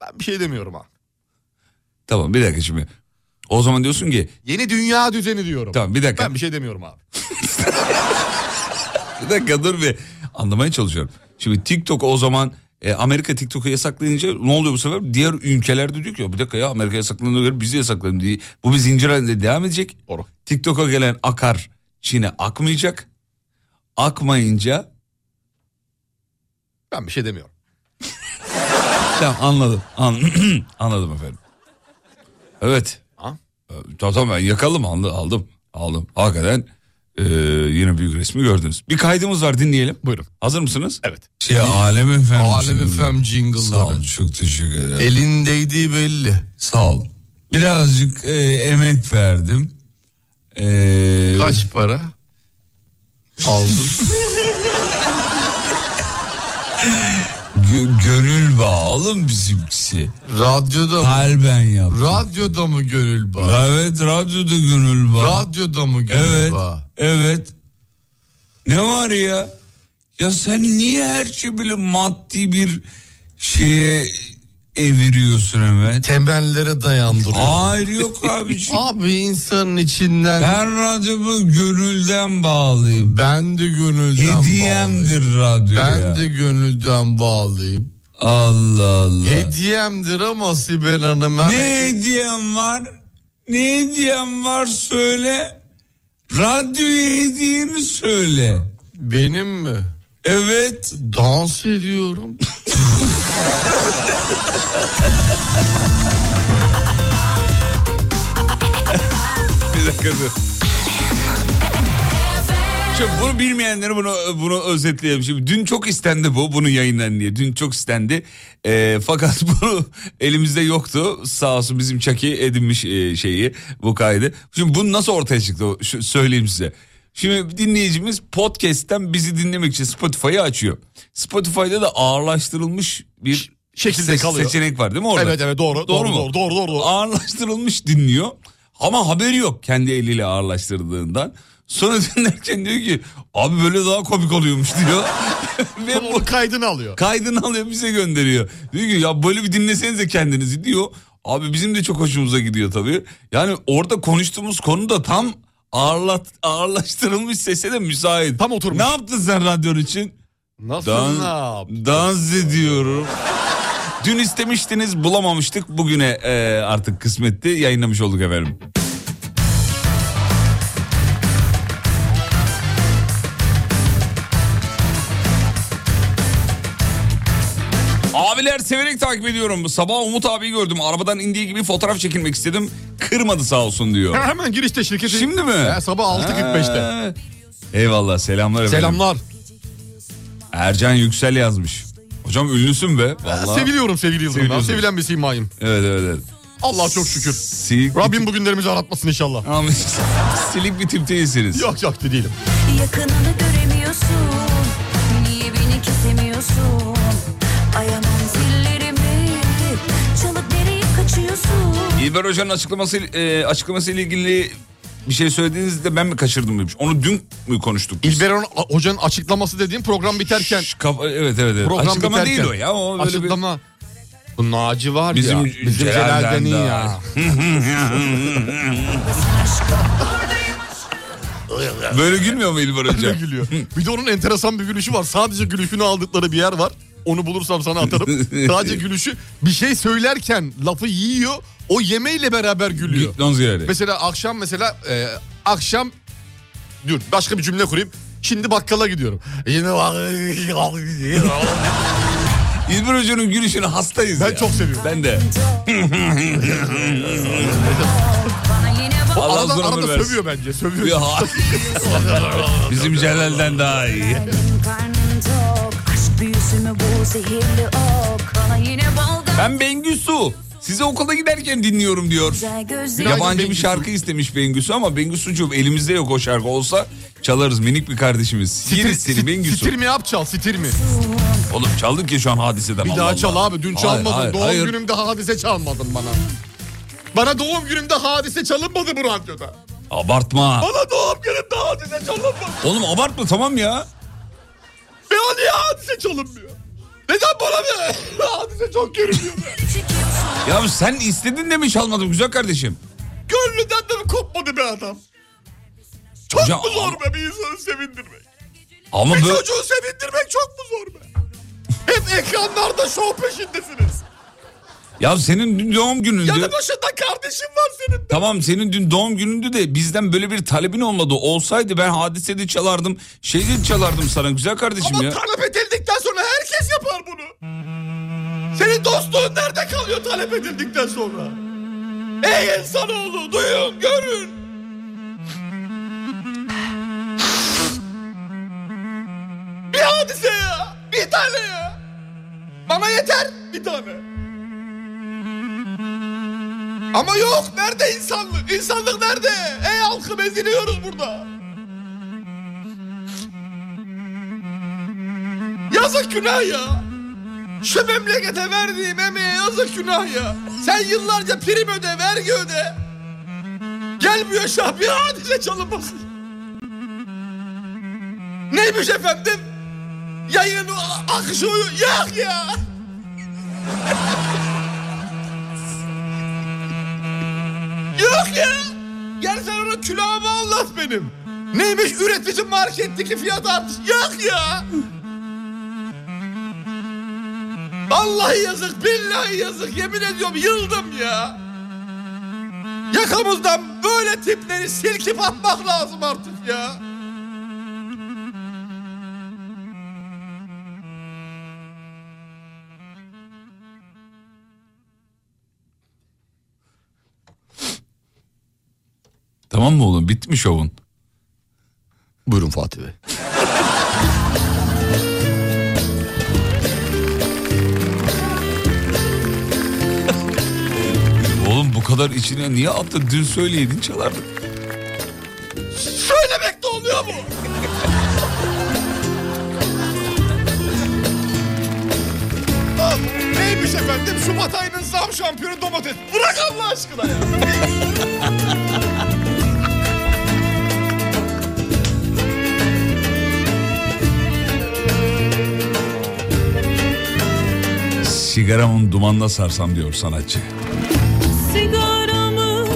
Ben bir şey demiyorum ha. Tamam bir dakika şimdi. O zaman diyorsun ki Yeni dünya düzeni diyorum. tamam bir dakika. Ben bir şey demiyorum abi. Bir dakika dur bir. Anlamaya çalışıyorum. Şimdi TikTok o zaman e, Amerika TikTok'u yasaklayınca ne oluyor bu sefer? Diğer ülkeler de diyor ki "Ya bir dakika ya Amerika yasaklandığına göre bizi yasaklayın diye. Bu bir zincir halinde devam edecek. Doğru. TikTok'a gelen akar Çin'e akmayacak. akmayınca Ben bir şey demiyorum. tamam anladım. An- anladım efendim. Evet. Ha? Ee, Tamam tamam ben yakalım aldım aldım. aldım. Hakikaten ee, yine büyük resmi gördünüz. Bir kaydımız var dinleyelim. Buyurun. Hazır mısınız? Şey, Evet. Ya alem efendim. Alem efem Sağ jingle'ları. olun çok teşekkür ederim. Elindeydiği belli. Sağ olun. Birazcık e, emek verdim. Ee, E, Kaç para? Aldın. gö- gönül bağlım bizimkisi. Radyoda mı? Kalben yaptım. Radyoda mı gönül bağı? evet radyoda gönül bağı. Radyoda mı gönül Evet. bağı? Evet. Ne var ya? Ya sen niye her şeyi böyle maddi bir şeye eviriyorsun hemen? Temellere dayandırıyor. Hayır yok abiciğim. Abi insanın içinden ben, ben radyomu gönülden bağlıyım. de gönülden bağlıyım. Hediyemdir radyo Ben ya. de gönülden bağlıyım. Allah Allah. Hediyemdir ama Sibel Hanım. her- Ne hediyem var? Ne hediyem var söyle. Radyoya hediyemi söyle. Benim mi? Evet. Dans ediyorum. Bir dakika dur. Şimdi bunu bilmeyenlere bunu bunu özetleyelim. Şimdi dün çok istendi bu bunun yayınlan diye. Dün çok istendi. Ee, fakat bunu elimizde yoktu. Sağ olsun bizim Çaki edinmiş e, şeyi bu kaydı. Şimdi bu nasıl ortaya çıktı o- şu, söyleyeyim size. Şimdi dinleyicimiz podcast'ten bizi dinlemek için Spotify'ı açıyor. Spotify'da da ağırlaştırılmış bir şekilde se- kalıyor. seçenek var değil mi orada? Evet, evet, doğru, doğru, mu? doğru, doğru, doğru, doğru. ağırlaştırılmış dinliyor. Ama haberi yok kendi eliyle ağırlaştırdığından. Sonra dinlerken diyor ki abi böyle daha komik oluyormuş diyor. Ve bu Onun kaydını alıyor. kaydını alıyor bize gönderiyor. Diyor ki ya böyle bir dinlesenize kendinizi diyor. Abi bizim de çok hoşumuza gidiyor tabii. Yani orada konuştuğumuz konu da tam ağırlat, ağırlaştırılmış sese de müsait. Tam oturmuş. Ne yaptın sen radyon için? Nasıl Dan- ne yap? dans ediyorum. Dün istemiştiniz bulamamıştık. Bugüne e, artık kısmetti. Yayınlamış olduk efendim. Abiler severek takip ediyorum. Sabah Umut abiyi gördüm. Arabadan indiği gibi fotoğraf çekilmek istedim. Kırmadı sağ olsun diyor. Hemen girişte şirketi. Şimdi mi? He, sabah 6.45'te. Ha. Eyvallah selamlar efendim. Selamlar. Ercan Yüksel yazmış. Hocam ünlüsün be. Vallahi. Seviliyorum sevgili Yıldırım. Ben Seviliyorsun. sevilen bir simayım. Evet evet evet. Allah çok şükür. Silik bir Rabbim bugünlerimizi aratmasın inşallah. tip- Ama silik bir tip değilsiniz. Yok yok değilim. Yakınını göremiyorsun Niye beni kesemiyorsun Ayamam zillerimi Çalıp nereye kaçıyorsun İlber Hoca'nın açıklaması, e, açıklaması ile ilgili bir şey söylediğinizde ben mi kaçırdım demiş. Onu dün mü konuştuk? biz? İlber Hoca- Hoca'nın açıklaması dediğim program biterken. Şş, kafa- evet evet. evet. Program Açıklama biterken. değil o ya. O böyle bir- açıklama. Bu Naci var Bizim ya. Celal Dendan. Den'i ya. Böyle gülmüyor mu İlber Ne Hoca? gülüyor. Bir de onun enteresan bir gülüşü var. Sadece gülüşünü aldıkları bir yer var. Onu bulursam sana atarım. Sadece gülüşü bir şey söylerken lafı yiyor. O yemeğiyle beraber gülüyor. Gitmez yani. Mesela akşam mesela e, akşam dur başka bir cümle kurayım. Şimdi bakkala gidiyorum. Yine İlber Hoca'nın gülüşünü hastayız Ben ya. çok seviyorum. Ben de. Allah arada, uzun ömür arada versin. sövüyor bence. Sövüyor. Ya. Bizim Celal'den daha iyi. Karnım tok Aşk büyüsü mü bu zehirli ok Bana yine balgam Ben Bengüsu. Sizi okula giderken dinliyorum diyor. güzel gözlerin Yabancı bir şarkı istemiş Bengüsü ama Bengüsü'cüğüm elimizde yok o şarkı olsa çalarız minik bir kardeşimiz. Yeriz seni Bengüsü. Sitir mi yap çal sitir mi? Oğlum çaldık ya şu an hadiseden. Bir Allah daha Allah. çal abi. Dün Hayır, çalmadın. hayır, doğum hayır. günümde hadise çalmadın bana. Bana doğum günümde hadise çalınmadı bu radyoda. Abartma. Bana doğum günümde hadise çalınmadı. Oğlum abartma tamam ya. Bana niye hadise çalınmıyor? Neden bana bir hadise çok görünüyor? be? Ya sen istedin de mi çalmadım güzel kardeşim? Gönlünden de mi kopmadı be adam? Çok Hocam, mu zor be bir insanı sevindirmek? Ama Bir böyle... çocuğu sevindirmek çok mu zor be? Hep ekranlarda şov peşindesiniz. Ya senin dün doğum günündü. Yanı başında kardeşim var senin. Tamam senin dün doğum günündü de bizden böyle bir talebin olmadı. Olsaydı ben hadisede çalardım. Şeyde çalardım sana güzel kardeşim ya. Talep edildikten sonra herkes yapar bunu. Senin dostluğun nerede kalıyor talep edildikten sonra? Ey insanoğlu duyun görün. Bir hadise ya. Bir tane ya. Bana yeter bir tane. Ama yok nerede insanlık? İnsanlık nerede? Ey halkım eziliyoruz burada. Yazık günah ya. Şu memlekete verdiğim emeğe yazık günah ya. Sen yıllarca prim öde, vergi öde. Gel bu yaşa bir hadise çalınmasın. Neymiş efendim? Yayın a- akışı yok ya. Yok ya. Gel sen ona külahımı anlat benim. Neymiş üretici marketteki fiyat artışı? Yok ya. Vallahi yazık, billahi yazık. Yemin ediyorum yıldım ya. Yakamızdan böyle tipleri silkip atmak lazım artık ya. Tamam mı oğlum bitti mi şovun? Buyurun Fatih Bey. Oğlum bu kadar içine niye attın? Dün söyleydin çalardık. Söylemek de oluyor mu? Lan Neymiş efendim? Şubat ayının zam şampiyonu domates. Bırak Allah aşkına ya. Sigaramın dumanına sarsam diyor sanatçı. Sigaramın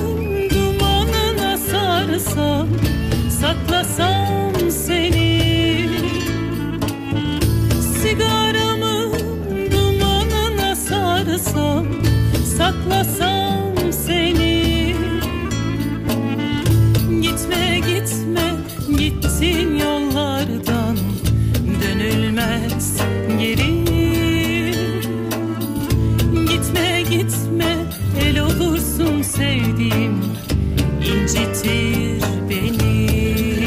dumanına sarsam Saklasam seni Sigaramın dumanına sarsam Saklasam seni Gitme gitme gittin yollardan Dönülmez geri Gitme gitme el olursun sevdiğim incitir beni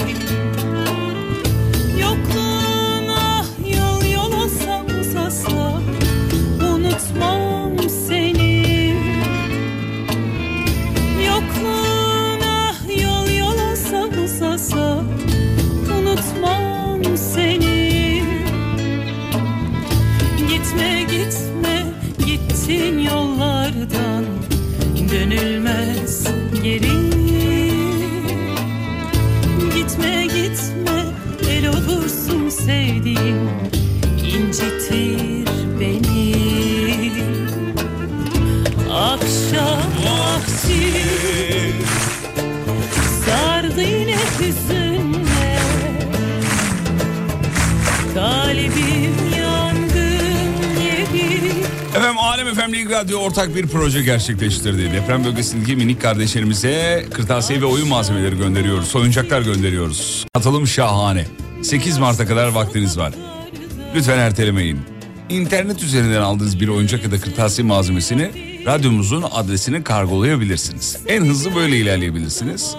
Yokluğuna yol ah, yol olsam asla unutmam seni Yokluğuna ah, yol yol olsam asla unutmam seni Gitme gitme gittin yollardan dönülmez geri Gitme gitme el olursun sevdiğim incitir beni Akşam vakti sardı yine hüzünle Kalbim yangın yeri Efendim Alem Efendim Lig Radyo ortak bir proje gerçekleştirdi. Deprem bölgesindeki minik kardeşlerimize kırtasiye ve oyun malzemeleri gönderiyoruz. Oyuncaklar gönderiyoruz. Katılım şahane. 8 Mart'a kadar vaktiniz var. Lütfen ertelemeyin. İnternet üzerinden aldığınız bir oyuncak ya da kırtasiye malzemesini radyomuzun adresine kargolayabilirsiniz. En hızlı böyle ilerleyebilirsiniz.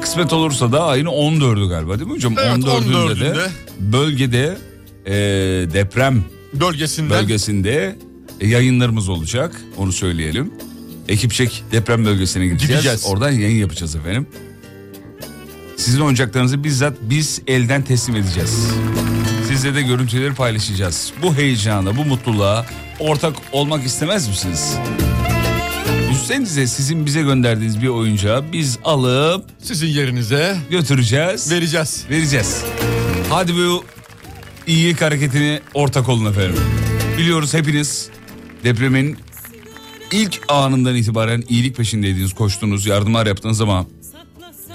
Kısmet olursa da ayın 14'ü galiba değil mi hocam? Evet, 14'ünde, de 14'ünde. bölgede e, deprem bölgesinde bölgesinde e, yayınlarımız olacak. Onu söyleyelim. Ekipçek deprem bölgesine gideceğiz. Gideceğiz. Oradan yayın yapacağız efendim. Sizin oyuncaklarınızı bizzat biz elden teslim edeceğiz. Sizle de görüntüleri paylaşacağız. Bu heyecana, bu mutluluğa ortak olmak istemez misiniz? Üstlerinize sizin bize gönderdiğiniz bir oyuncağı biz alıp... Sizin yerinize... Götüreceğiz. Vereceğiz. Vereceğiz. Hadi bu iyilik hareketini ortak olun efendim. Biliyoruz hepiniz depremin ilk anından itibaren iyilik peşindeydiniz, koştunuz, yardımlar yaptınız ama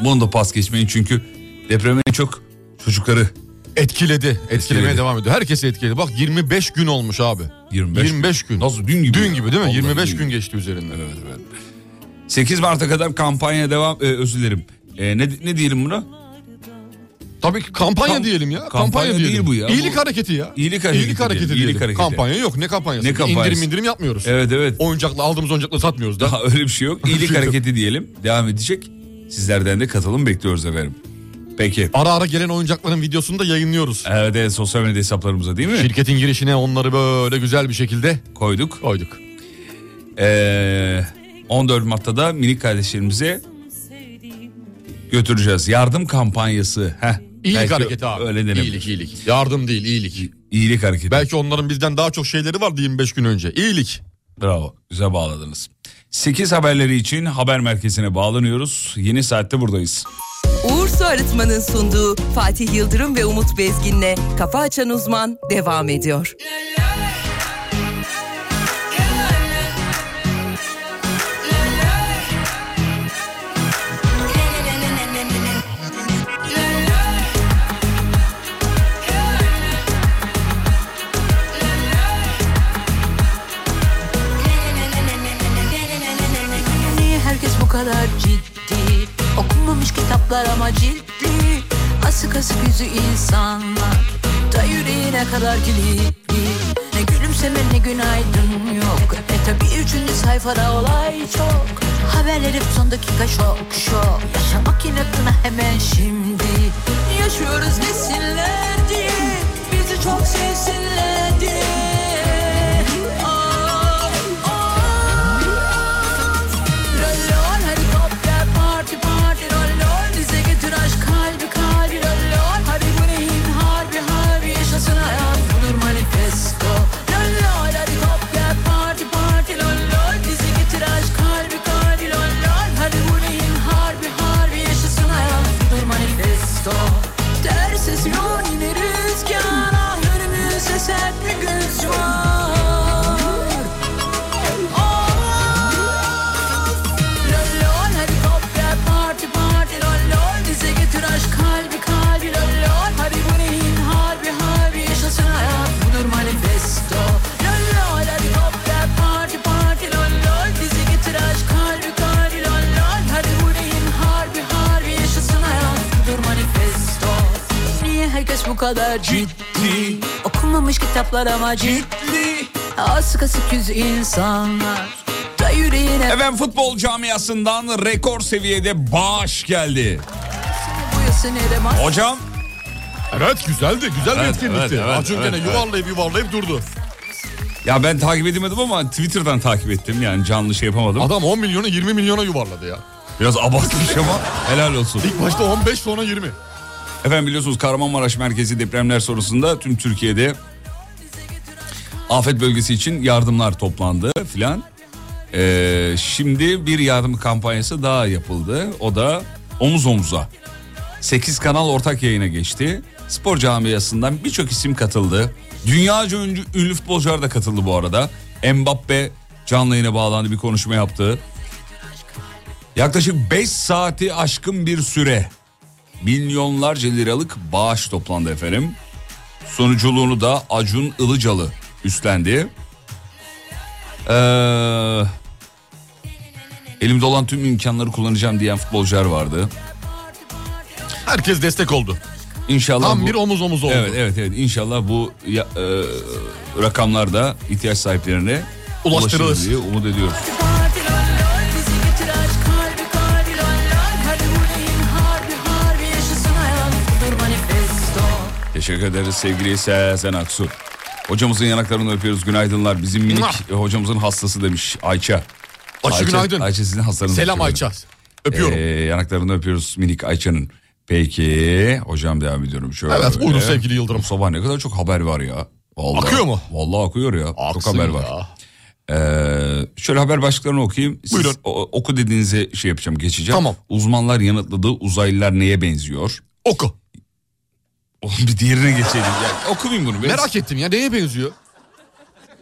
bunu da pas geçmeyin çünkü depremin en çok çocukları Etkiledi. Etkilemeye devam ediyor. Herkesi etkiledi. Bak 25 gün olmuş abi. 25, gün. Nasıl dün gibi? Dün gibi değil mi? Vallahi 25 dün gün geçti üzerinden. Evet evet. 8 Mart'a kadar kampanya devam e, özür dilerim. E, ne, ne diyelim buna? Tabii ki kampanya diyelim ya. Kampanya, diyelim. değil bu ya. İyilik Bu- hareketi ya. İyilik hareketi. İyilik hareketi diyelim. İyilik hareketi. Kampanya yok. Ne kampanyası? Ne kampanyası? İndirim indirim yapmıyoruz. Evet evet. Oyuncakla aldığımız oyuncakla satmıyoruz da. Daha öyle bir şey yok. İyilik hareketi diyelim. Devam edecek. Sizlerden de katılım bekliyoruz efendim. Peki. Ara ara gelen oyuncakların videosunu da yayınlıyoruz. Evet, evet sosyal medya hesaplarımıza değil mi? Şirketin girişine onları böyle güzel bir şekilde koyduk. Koyduk. Ee, 14 Mart'ta da minik kardeşlerimize götüreceğiz. Yardım kampanyası. Heh. İyilik Belki hareketi abi. Öyle denebilir. İyilik iyilik. Yardım değil iyilik. İyilik hareketi. Belki onların bizden daha çok şeyleri vardı 25 gün önce. İyilik. Bravo. Güzel bağladınız. 8 haberleri için haber merkezine bağlanıyoruz. Yeni saatte buradayız. Uğur Su Arıtma'nın sunduğu Fatih Yıldırım ve Umut Bezgin'le Kafa Açan Uzman devam ediyor. Niye herkes bu kadar ciddi Okunmamış kitaplar ama ciltli Asık asık yüzü insanlar Da yüreğine kadar kilitli Ne gülümseme ne günaydın yok E tabi üçüncü sayfada olay çok Haberler hep son dakika şok şok Yaşamak inatına hemen şimdi Yaşıyoruz desinler diye Bizi çok sevsinler diye Ah, ah. Rollon hadi topla parti parti rollon Bize getir aşk kalbi kalbi rollon Hadi bu neyin harbi harbi yaşasın hayat Budur manifesto Rollon hadi topla parti parti rollon Bize getir aşk kalbi kalbi rollon Hadi bu neyin harbi harbi yaşasın hayat Budur manifesto Ters esiyor yine rüzgar Ah önümüzde sert bir güç var Ah, Lol lol hadi kopya parti parti lol lol Bize getir aşk kalbi kalbi lol lol Hadi bu neyin harbi harbi yaşasın hayat budur manifesto Lol lol hadi kopya parti parti lol lol Bize getir aşk kalbi kalbi lol lol Hadi bu neyin harbi harbi yaşasın hayat budur manifesto Niye herkes bu kadar ciddi Okunmamış kitaplar ama ciddi Ah. Asık asık yüz insanlar Da yüreğine Efendim futbol camiasından rekor seviyede bağış geldi. Boyası ne demez. Hocam. Evet güzeldi. Güzel Evet, bir etkinlikti. evet, evet, Acun evet, gene evet. yuvarlayıp yuvarlayıp durdu. Ya ben takip edemedim ama Twitter'dan takip ettim yani canlı şey yapamadım. Adam 10 milyonu 20 milyona yuvarladı ya. Biraz abartmış ama helal olsun. İlk başta 15 sonra 20. Efendim biliyorsunuz Kahramanmaraş merkezi depremler sonrasında tüm Türkiye'de afet bölgesi için yardımlar toplandı filan. Ee, şimdi bir yardım kampanyası daha yapıldı. O da omuz omuza. 8 kanal ortak yayına geçti. Spor camiasından birçok isim katıldı. Dünyaca ünlü, ünlü futbolcular da katıldı bu arada. Mbappe canlı yayına bağlandı bir konuşma yaptı. Yaklaşık 5 saati aşkın bir süre milyonlarca liralık bağış toplandı efendim. Sonuculuğunu da Acun Ilıcalı üstlendi. Ee, elimde olan tüm imkanları kullanacağım diyen futbolcular vardı. Herkes destek oldu. İnşallah Tam bu- bir omuz omuz oldu. Evet evet evet inşallah bu ya, e, rakamlar da ihtiyaç sahiplerine Ulaştırılır. ulaşır diye umut ediyoruz. Bizi getir aşk kalbi kalbi lol lol Hadi bu neyin harbi harbi yaşasın hayat Budur manifesto Teşekkür ederiz sevgili Sezen Aksu. Hocamızın yanaklarını öpüyoruz. Günaydınlar. Bizim minik Mwah. e, hocamızın hastası demiş Ayça. Ayça, günaydın. Ayça sizin hastanız. Selam Ayça. Teşekkür ederim. Öpüyorum. Ee, yanaklarını öpüyoruz minik Ayça'nın. Peki hocam devam ediyorum şöyle. Evet, buyurun sevgili Yıldırım. Sabah ne kadar çok haber var ya. Vallahi, Akıyor mu? Vallahi akıyor ya. Aksın çok haber var. Ee, şöyle haber başlıklarını okuyayım. Siz Buyurun. o- oku dediğinize şey yapacağım geçeceğim. Tamam. Uzmanlar yanıtladığı uzaylılar neye benziyor? Oku. Oğlum bir diğerine geçelim. Ya, okumayayım bunu. Biraz- Merak ettim ya neye benziyor?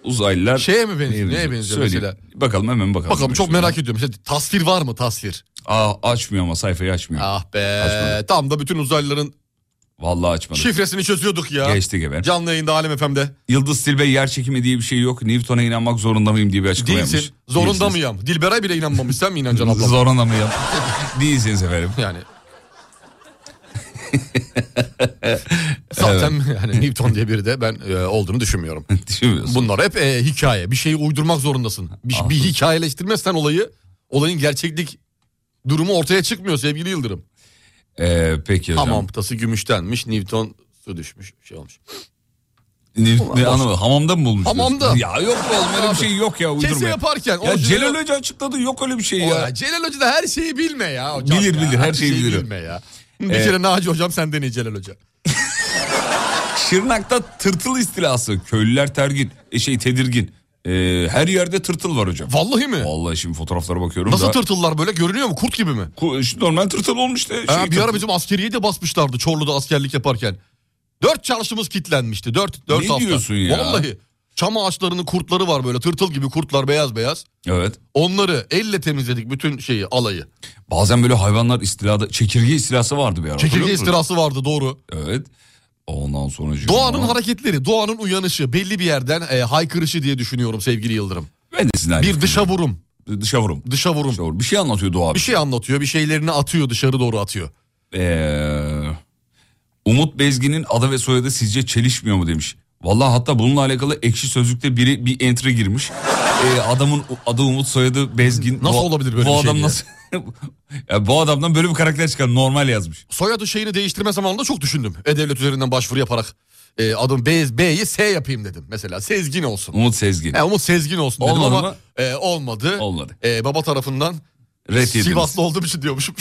Uzaylılar Şeye mi benziyor, neye neye benziyor Söyleyeyim. Bakalım hemen bakalım. Bakalım çok merak ediyorum. İşte tasvir var mı tasvir? Aa, açmıyor ama sayfayı açmıyor. Ah be. Tam da bütün uzaylıların Vallahi açmadım. Şifresini çözüyorduk ya. Geçtik efendim. Canlı yayında Alem FM'de. Yıldız Tilbe yer çekimi diye bir şey yok. Newton'a inanmak zorunda mıyım diye bir açıklama Değilsin. yapmış. Zorunda Değilsiniz. mıyım? Dilberay bile inanmamış. Sen mi inanacaksın abla? Zorunda mıyım? Değilsiniz efendim. Yani. Zaten yani Newton diye biri de ben e, olduğunu düşünmüyorum. Düşünmüyorsun. Bunlar hep e, hikaye. Bir şeyi uydurmak zorundasın. Bir, bir hikayeleştirmezsen olayı, olayın gerçeklik durumu ortaya çıkmıyor sevgili Yıldırım. Ee, peki hocam. Hamam tası gümüştenmiş, Newton su düşmüş, şey olmuş. Ne, ne anlamadım. Hamamda mı bulmuşsunuz? Hamamda. Ya yok be oğlum öyle bir şey yok ya uydurma. Kese yaparken. Ya orijinal- Celal Hoca açıkladı yok öyle bir şey O ya. ya, Celal Hoca da her şeyi bilme ya. Hocam Bilir ya. bilir her şeyi bilir. Bilme ya. Bir Ee, kere Naci hocam senden iyi Celal Hoca. Şırnak'ta tırtıl istilası. Köylüler tergin, e, şey tedirgin. Ee, her yerde tırtıl var hocam. Vallahi mi? Vallahi şimdi fotoğraflara bakıyorum Nasıl da. tırtıllar böyle görünüyor mu? Kurt gibi mi? Ku- şu Normal tırtıl olmuştu. Ha, bir ara bizim askeriye de basmışlardı Çorlu'da askerlik yaparken. Dört çarşımız kitlenmişti. Dört, dört Ne hafta. diyorsun ya? Vallahi. Çam ağaçlarının kurtları var böyle tırtıl gibi kurtlar beyaz beyaz. Evet. Onları elle temizledik bütün şeyi alayı. Bazen böyle hayvanlar istilada, çekirge istilası vardı bir ara. Çekirge hatırlıyor musun? istilası vardı doğru. Evet. Ondan sonra... Doğanın hareketleri, doğanın uyanışı belli bir yerden e, haykırışı diye düşünüyorum sevgili Yıldırım. Ben de sizden Bir dışa vurum. Dışa vurum. Dışa vurum. Bir şey anlatıyor Doğa abi. Bir şey anlatıyor, bir şeylerini atıyor dışarı doğru atıyor. Ee, Umut Bezgin'in adı ve soyadı sizce çelişmiyor mu demiş. Vallahi hatta bununla alakalı ekşi sözlükte biri bir entry girmiş. Ee, adamın adı Umut soyadı Bezgin. Nasıl olabilir böyle bu bir şey adam diye? nasıl? ya bu adamdan böyle bir karakter çıkan normal yazmış. Soyadı şeyini değiştirme zamanında çok düşündüm. E-Devlet üzerinden başvuru yaparak e, adım Beyz- B'yi S yapayım dedim. Mesela Sezgin olsun. Umut Sezgin. E, Umut Sezgin olsun dedim Olmadı ama mı? e, olmadı. Olmadı. E, baba tarafından Red yediniz. Sivaslı olduğum için diyormuşum.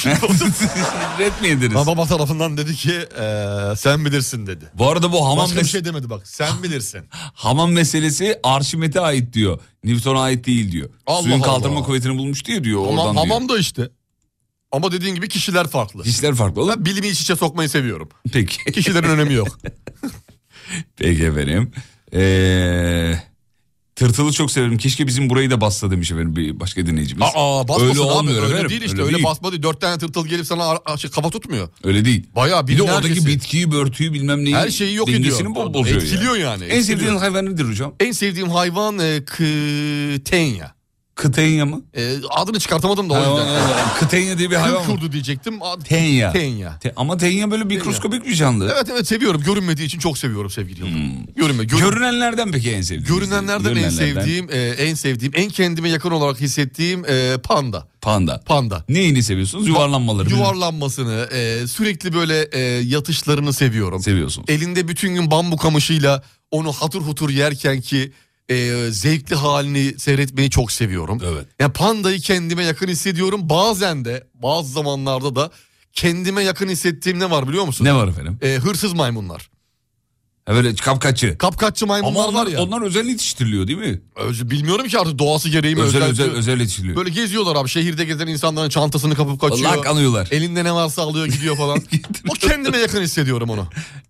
Red mi yediniz? Ama baba tarafından dedi ki e, sen bilirsin dedi. Bu arada bu hamam Başka bir mes- şey demedi bak sen bilirsin. hamam meselesi Arşimet'e ait diyor. Newton'a ait değil diyor. Allah Suyun Allah. kaldırma kuvvetini bulmuş diyor diyor. Ama oradan diyor. hamam da işte. Ama dediğin gibi kişiler farklı. Kişiler farklı oğlum. Ben bilimi iç içe sokmayı seviyorum. Peki. Kişilerin önemi yok. Peki efendim. Ee, tırtılı çok severim. Keşke bizim burayı da bassa demiş efendim bir başka dinleyicimiz. Aa basmasın öyle abi. olmuyor öyle efendim. değil işte öyle, değil. basma değil. Dört tane tırtıl gelip sana ar- ar- şey, kafa tutmuyor. Öyle değil. Bayağı bir de binlercesi. oradaki bitkiyi, börtüyü bilmem neyi. Her şeyi yok dengesini ediyor. bo- bozuyor Etkiliyor ya. yani, En sevdiğin etkiliyor. hayvan nedir hocam? En sevdiğim hayvan e, kıtenya. Kıtenya mı? E, adını çıkartamadım da o Hayvan- yüzden. Kıtenya diye bir Kıl hayvan mı? kurdu diyecektim. Ad- Tenya. Tenya. Te- ama tenya böyle mikroskobik bir canlı. Evet evet seviyorum. Görünmediği için çok seviyorum sevgili Yıldırım. Görünme. görün- Görünenlerden peki en sevdiğin? Görünenlerden en sevdiğim, e, en sevdiğim, en kendime yakın olarak hissettiğim e, panda. Panda. Panda. Neyini seviyorsunuz? Yuvarlanmaları. değil mi? Yuvarlanmasını, e, sürekli böyle e, yatışlarını seviyorum. Seviyorsunuz. Elinde bütün gün bambu kamışıyla onu hatır hutur yerken ki e, zevkli halini seyretmeyi çok seviyorum. Evet. Yani pandayı kendime yakın hissediyorum. Bazen de bazı zamanlarda da kendime yakın hissettiğim ne var biliyor musun? Ne var efendim? E, hırsız maymunlar. Ha böyle kapkaççı. Kapkaççı maymunlar Ama onlar, var ya. onlar özel yetiştiriliyor değil mi? Öz- Bilmiyorum ki artık doğası gereği mi Özel özel- özel, özel yetiştiriliyor. Böyle geziyorlar abi şehirde gezen insanların çantasını kapıp kaçıyor. Lak alıyorlar. Elinde ne varsa alıyor gidiyor falan. o kendime yakın hissediyorum onu.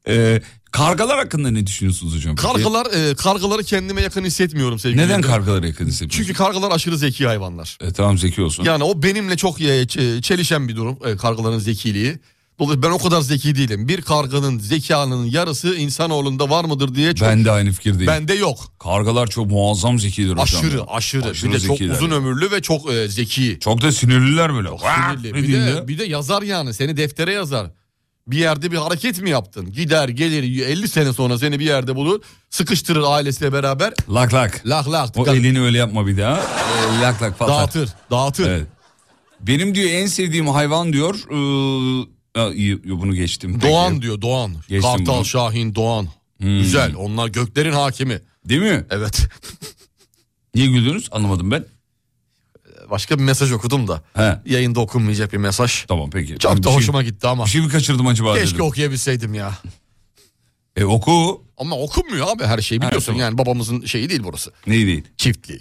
Ee, kargalar hakkında ne düşünüyorsunuz hocam? peki? Kargalar e, kargaları kendime yakın hissetmiyorum sevgili. Neden Yıldırım. kargalara yakın hissediyorsunuz? Çünkü kargalar aşırı zeki hayvanlar. E, tamam zeki olsun. Yani o benimle çok e, ç- çelişen bir durum e, kargaların zekiliği. Dolayısıyla ben o kadar zeki değilim. Bir karganın zekanın yarısı insanoğlunda var mıdır diye çok ben de aynı fikirdeyim. bende yok. Kargalar çok muazzam zekidir hocam. Aşırı, aşırı Bir de çok zekiler uzun ya. ömürlü ve çok e, zeki. Çok da sinirliler böyle. Vah! Sinirli. Ne Bir diyeyim de, ya? bir de yazar yani seni deftere yazar. Bir yerde bir hareket mi yaptın? Gider gelir 50 sene sonra seni bir yerde bulur. Sıkıştırır ailesiyle beraber. Lak lak. Lak lak. O elini öyle yapma bir daha. Ee, lak lak patlar. dağıtır. Dağıtır. Evet. Benim diyor en sevdiğim hayvan diyor. ıı, ha, iyi, yo, bunu geçtim. Peki. Doğan diyor Doğan. Geçtim Kartal bunu. Şahin Doğan. Güzel onlar göklerin hakimi. Hmm. Değil mi? Evet. Niye güldünüz? Anlamadım ben. Başka bir mesaj okudum da. He. Yayında okunmayacak bir mesaj. Tamam peki. Çok Bir da şey- hoşuma gitti ama. Bir şey mi kaçırdım acaba Keşke dedim. okuyabilseydim ya. E oku. Ama okunmuyor abi her şeyi biliyorsun. tamam. yani babamızın şeyi değil burası. Neyi değil. Çiftliği.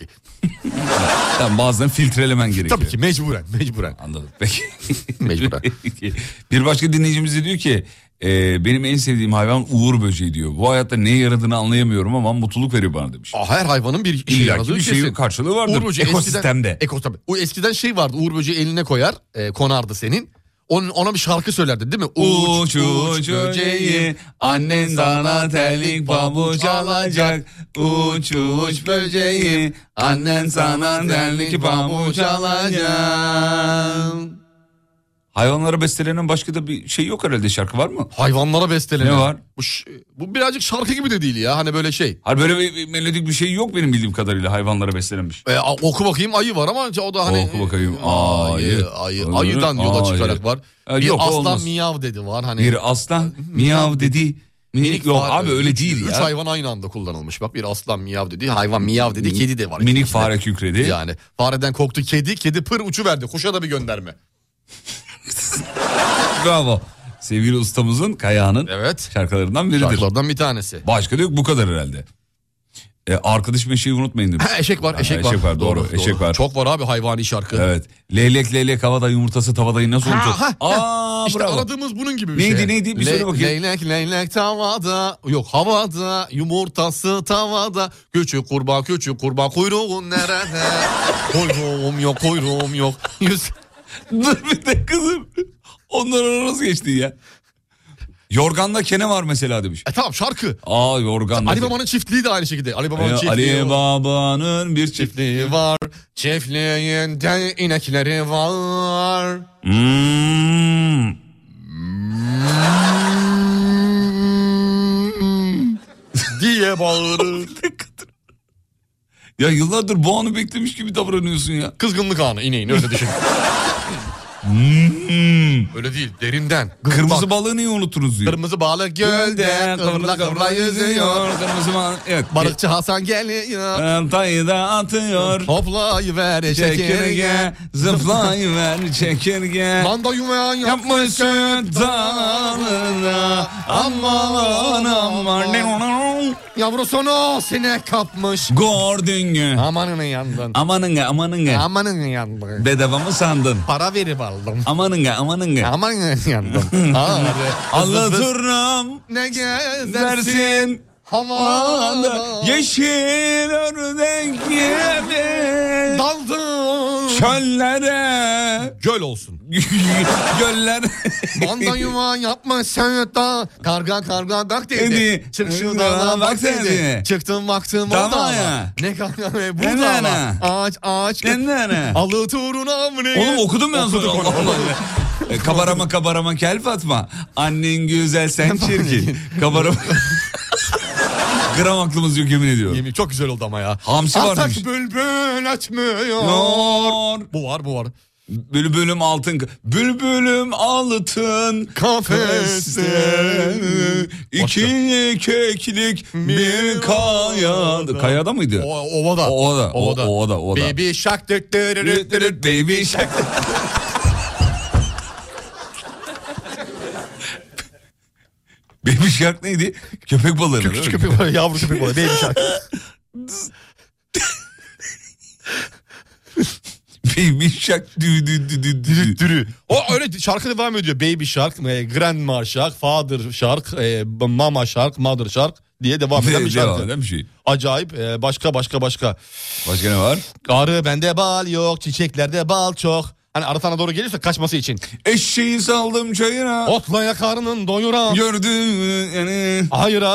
Tamam, bazen filtrelemen gerekiyor. Tabii ki mecburen mecburen. Anladım. Peki. Mecburen. bir başka dinleyicimiz de diyor ki e, benim en sevdiğim hayvan uğur böceği diyor. Bu hayatta neye yaradığını anlayamıyorum ama mutluluk veriyor bana demiş. Aa, her hayvanın bir işe İlla ki yaradığı bir kesin. şey karşılığı vardır Uğur böceği ekosistemde. Eskiden, ekosistem- o eskiden şey vardı Uğur böceği eline koyar e, konardı senin. Onun, ona bir şarkı söylerdi değil mi? Uç uç böceği annen sana terlik pabuç alacak. Uç uç böceği annen sana terlik pabuç alacak. Hayvanlara bestelenen başka da bir şey yok herhalde şarkı var mı? Hayvanlara bestelenen. Ne var? Bu, ş- bu birazcık şarkı gibi de değil ya hani böyle şey. Hayır böyle bir, bir melodik bir şey yok benim bildiğim kadarıyla hayvanlara beslenmiş. E, a- oku bakayım ayı var ama o da hani. Oku bakayım. Ayı. ayı- ayıdan yola çıkarak var. E, bir yok aslan olmaz. miyav dedi var hani. Bir aslan miyav dedi. Minik yok fare- abi öyle üç- değil Üç ya. hayvan aynı anda kullanılmış. Bak bir aslan miyav dedi, hayvan miyav dedi, kedi de var. Minik fare kükredi. Yani fareden korktu kedi, kedi pır uçu verdi. Kuşa da bir gönderme. Bravo. Sevgili ustamızın Kayağan'ın şarkılarından biridir. Şarkılardan bir tanesi. Başka da yok bu kadar herhalde. E, arkadaş meşeyi unutmayın demiş. Ha, eşek var, Ha, eşek, eşek var. doğru, eşek var. Çok var abi hayvani şarkı. Evet. Leylek leylek havada yumurtası tavadayı nasıl unutur? Ha, ha, Aa işte bravo. aradığımız bunun gibi bir Neydi, şey. neydi? Bir söyle bakayım. Leylek leylek tavada yok havada yumurtası tavada küçük kurbağa küçük kurbağa kuyruğun nerede? kuyruğum yok kuyruğum yok. Yüz... Dur bir de kızım. Onların arası geçti ya. Yorganda kene var mesela demiş. E tamam şarkı. Aa yorganda. Ali Baba'nın çiftliği de aynı şekilde. Ali Baba'nın Ya, çiftliği Ali var. Baba'nın bir çiftliği. Çiftliği var. Çiftliğinde inekleri var. Hmm. diye bağırır. ya yıllardır bu anı beklemiş gibi davranıyorsun ya. Kızgınlık anı ineğin öyle düşün. Öyle değil derinden. Kırmızı balığı niye unuturuz diyor. Kırmızı balık gölde kıvrıla kıvrıla yüzüyor. Kırmızı balık. Evet. Balıkçı Hasan geliyor. Ee, Tayı da atıyor. Hoplayıver Çekirge çekirge. zıplayıver çekirge. Manda yumağı Yapmış süt dalına aman aman ne onun Yavrusunu sinek kapmış. Gording'i. Amanını yandın. Amanınga amanınga. Amanını yandın. Bedava mı sandın? Para verip aldım. Amanınga amanınga. Amanını yandın. Ağrı. Anlatırım Ne gezersin. dersin. Havada. Yeşil ördek gibi Daldın. çöllere Göl olsun. göller Manda yumağı yapma sen da karga karga dak dedi. Dedi. Çık şu dağdan bak dedi. Çıktım baktım o Dama dağa. ya. Ne kanka be bu Ne dağa. nene? E, Ağaç ağaç. Kendine. Alı turuna mı ne? Oğlum okudum ben sonra. Okuduk Allah onu. Allah. E, kabarama kabarama kel Fatma. Annen güzel sen çirkin. Kabarama. Gram aklımız yok yemin ediyorum. Yemin- Çok güzel oldu ama ya. Hamsi var Atak demiş. bülbül açmıyor. Nor. Bu var bu var. Bülbülüm altın. Bülbülüm altın. Kafeste. İki keklik bir kayada. Kayada mıydı? O, ovada. Ovada, o- ovada, ovada. Baby shark. dıt dırırıt dırıt. Baby Shark. Baby Shark neydi? Köpek balığı. değil mi? Küçük köpek balığı, yavru köpek balığı. Baby shark. Baby Shark dü dü dü dü dü. Dürü. O öyle şarkı devam ediyor. Baby Shark, e, Grandma Shark, Father Shark, e, Mama Shark, Mother Shark diye devam eden bir Ne- Devam şarkı. eden bir şey. Acayip. e, Başka başka başka. Başka ne var? Arı bende bal yok, çiçeklerde bal çok. Hani arı sana doğru gelirse kaçması için. Eşeği saldım çayıra. Otlaya karnın doyuran. Gördüm yani. Hayra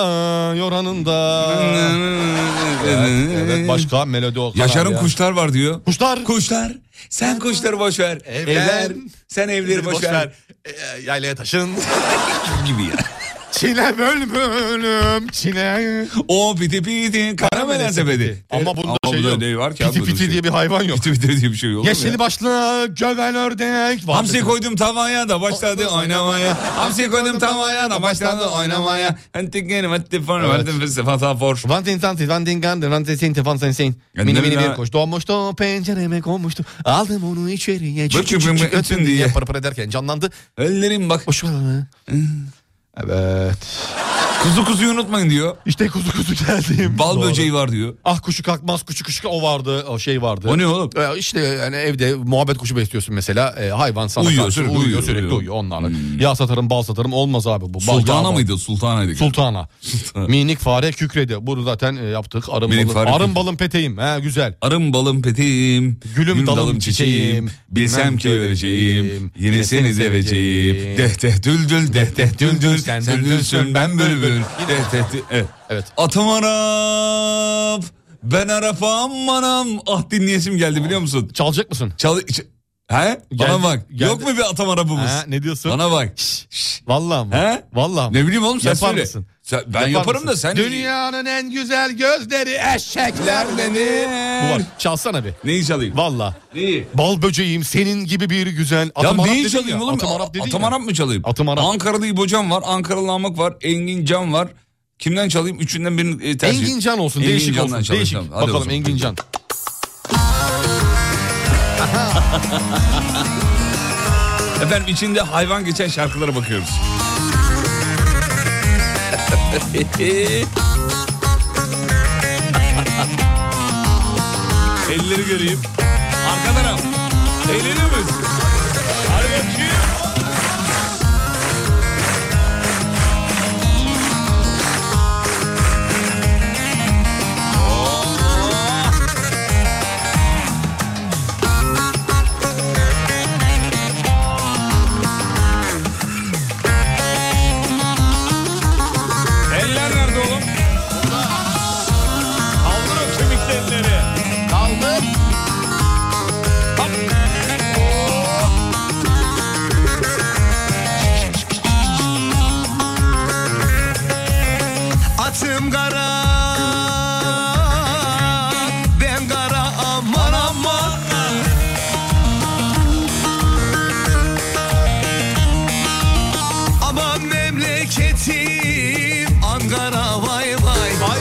yoranında. evet, evet, başka melodi o. kadar Yaşar'ın ya. kuşlar var diyor. Kuşlar. Kuşlar. Sen kuşları boş ver. Evlen. Evler. Sen evleri Boş ver. E, Yaylaya taşın. gibi ya. Çile bölbülüm çile. O piti piti karamelen sepeti. Ama bunda şey yok. ne var ki? abi piti böyle bir piti şey? diye bir hayvan yok. Piti piti diye bir şey yok. oğlum Yeşil ya. başlı göven ördek. var. Hamsi koydum tavaya da başladı oynamaya. Hamsi koydum tavaya da başladı oynamaya. Antikeni vetti for verdim fırsatı fata for. Van tin tan tin, van tin gan tin, van tin sin tin, van sin sin. Mini mini bir koş donmuştu pencereme konmuştu. Aldım onu içeriye. E, Çık Bıçı çık bımı çık ötün ötün diye. diye. Para para derken canlandı. Ellerim bak. Boş ver onu. Evet. Kuzu kuzuyu unutmayın diyor. İşte kuzu kuzu geldim. Bal böceği var diyor. Ah kuşu kalkmaz kuşu kuşu o vardı o şey vardı. O ne oğlum? Ee, işte yani evde muhabbet kuşu besliyorsun mesela e, hayvan sana Uyuyor, karşı sürekli uyuyor, uyuyor, sürekli uyuyor. Hmm. uyuyor, onlarla. Yağ satarım bal satarım olmaz abi bu. Bal, yağ Sultana bal. mıydı? Sultanaydı. Sultana. Minik fare kükredi. Bunu zaten e, yaptık. Arım Minik balım, fare arım kükredi. balım peteğim. He güzel. Arım balım peteğim. Gülüm gül dalım çiçeğim, Bilsem ki öleceğim. Yine seni seveceğim. Deh deh düldül deh deh düldül. Sen düldülsün ben bülbül. Deh deh dü- Evet. Atım Arap. Ben Arap amanam. Ah dinleyesim geldi biliyor musun? Çalacak mısın? Çal... ç- He? Bana Geldi- bak. geldi. Yok mu bir atam Arap'ımız? He, ne diyorsun? Bana bak. Vallahi mı? He? Vallahi mı? Ne bileyim oğlum sen Yapar söyle. mısın? Sen- ben Yapar yaparım mısın? da sen... Dünyanın en güzel gözleri eşeklerdenir. Bu var. Çalsana bir. Neyi çalayım? Valla. Neyi? Bal böceğim senin gibi bir güzel. Ya Atım Arap neyi dedin çalayım ya, oğlum? Atım Arap dedin Atam ya. Arap mı çalayım? Atım Arap. Ankara'da İbocan var, Ankaralı Namak var, Engin Can var. Kimden çalayım? Üçünden birini e, tercih. Engin Can olsun. Engin değişik Can'dan olsun. çalayım, Değişik. tamam. Hadi o Bakalım zaman. Engin Can. Efendim içinde hayvan geçen şarkılara bakıyoruz. Elleri göreyim. Arka taraf. Eğlenir miyiz? Hadi bakayım. Eller nerede oğlum? Kaldır o kemikli elleri. Kaldır. Hop. Atım kara Ben kara aman aman Aman memleketim Ankara vay vay vay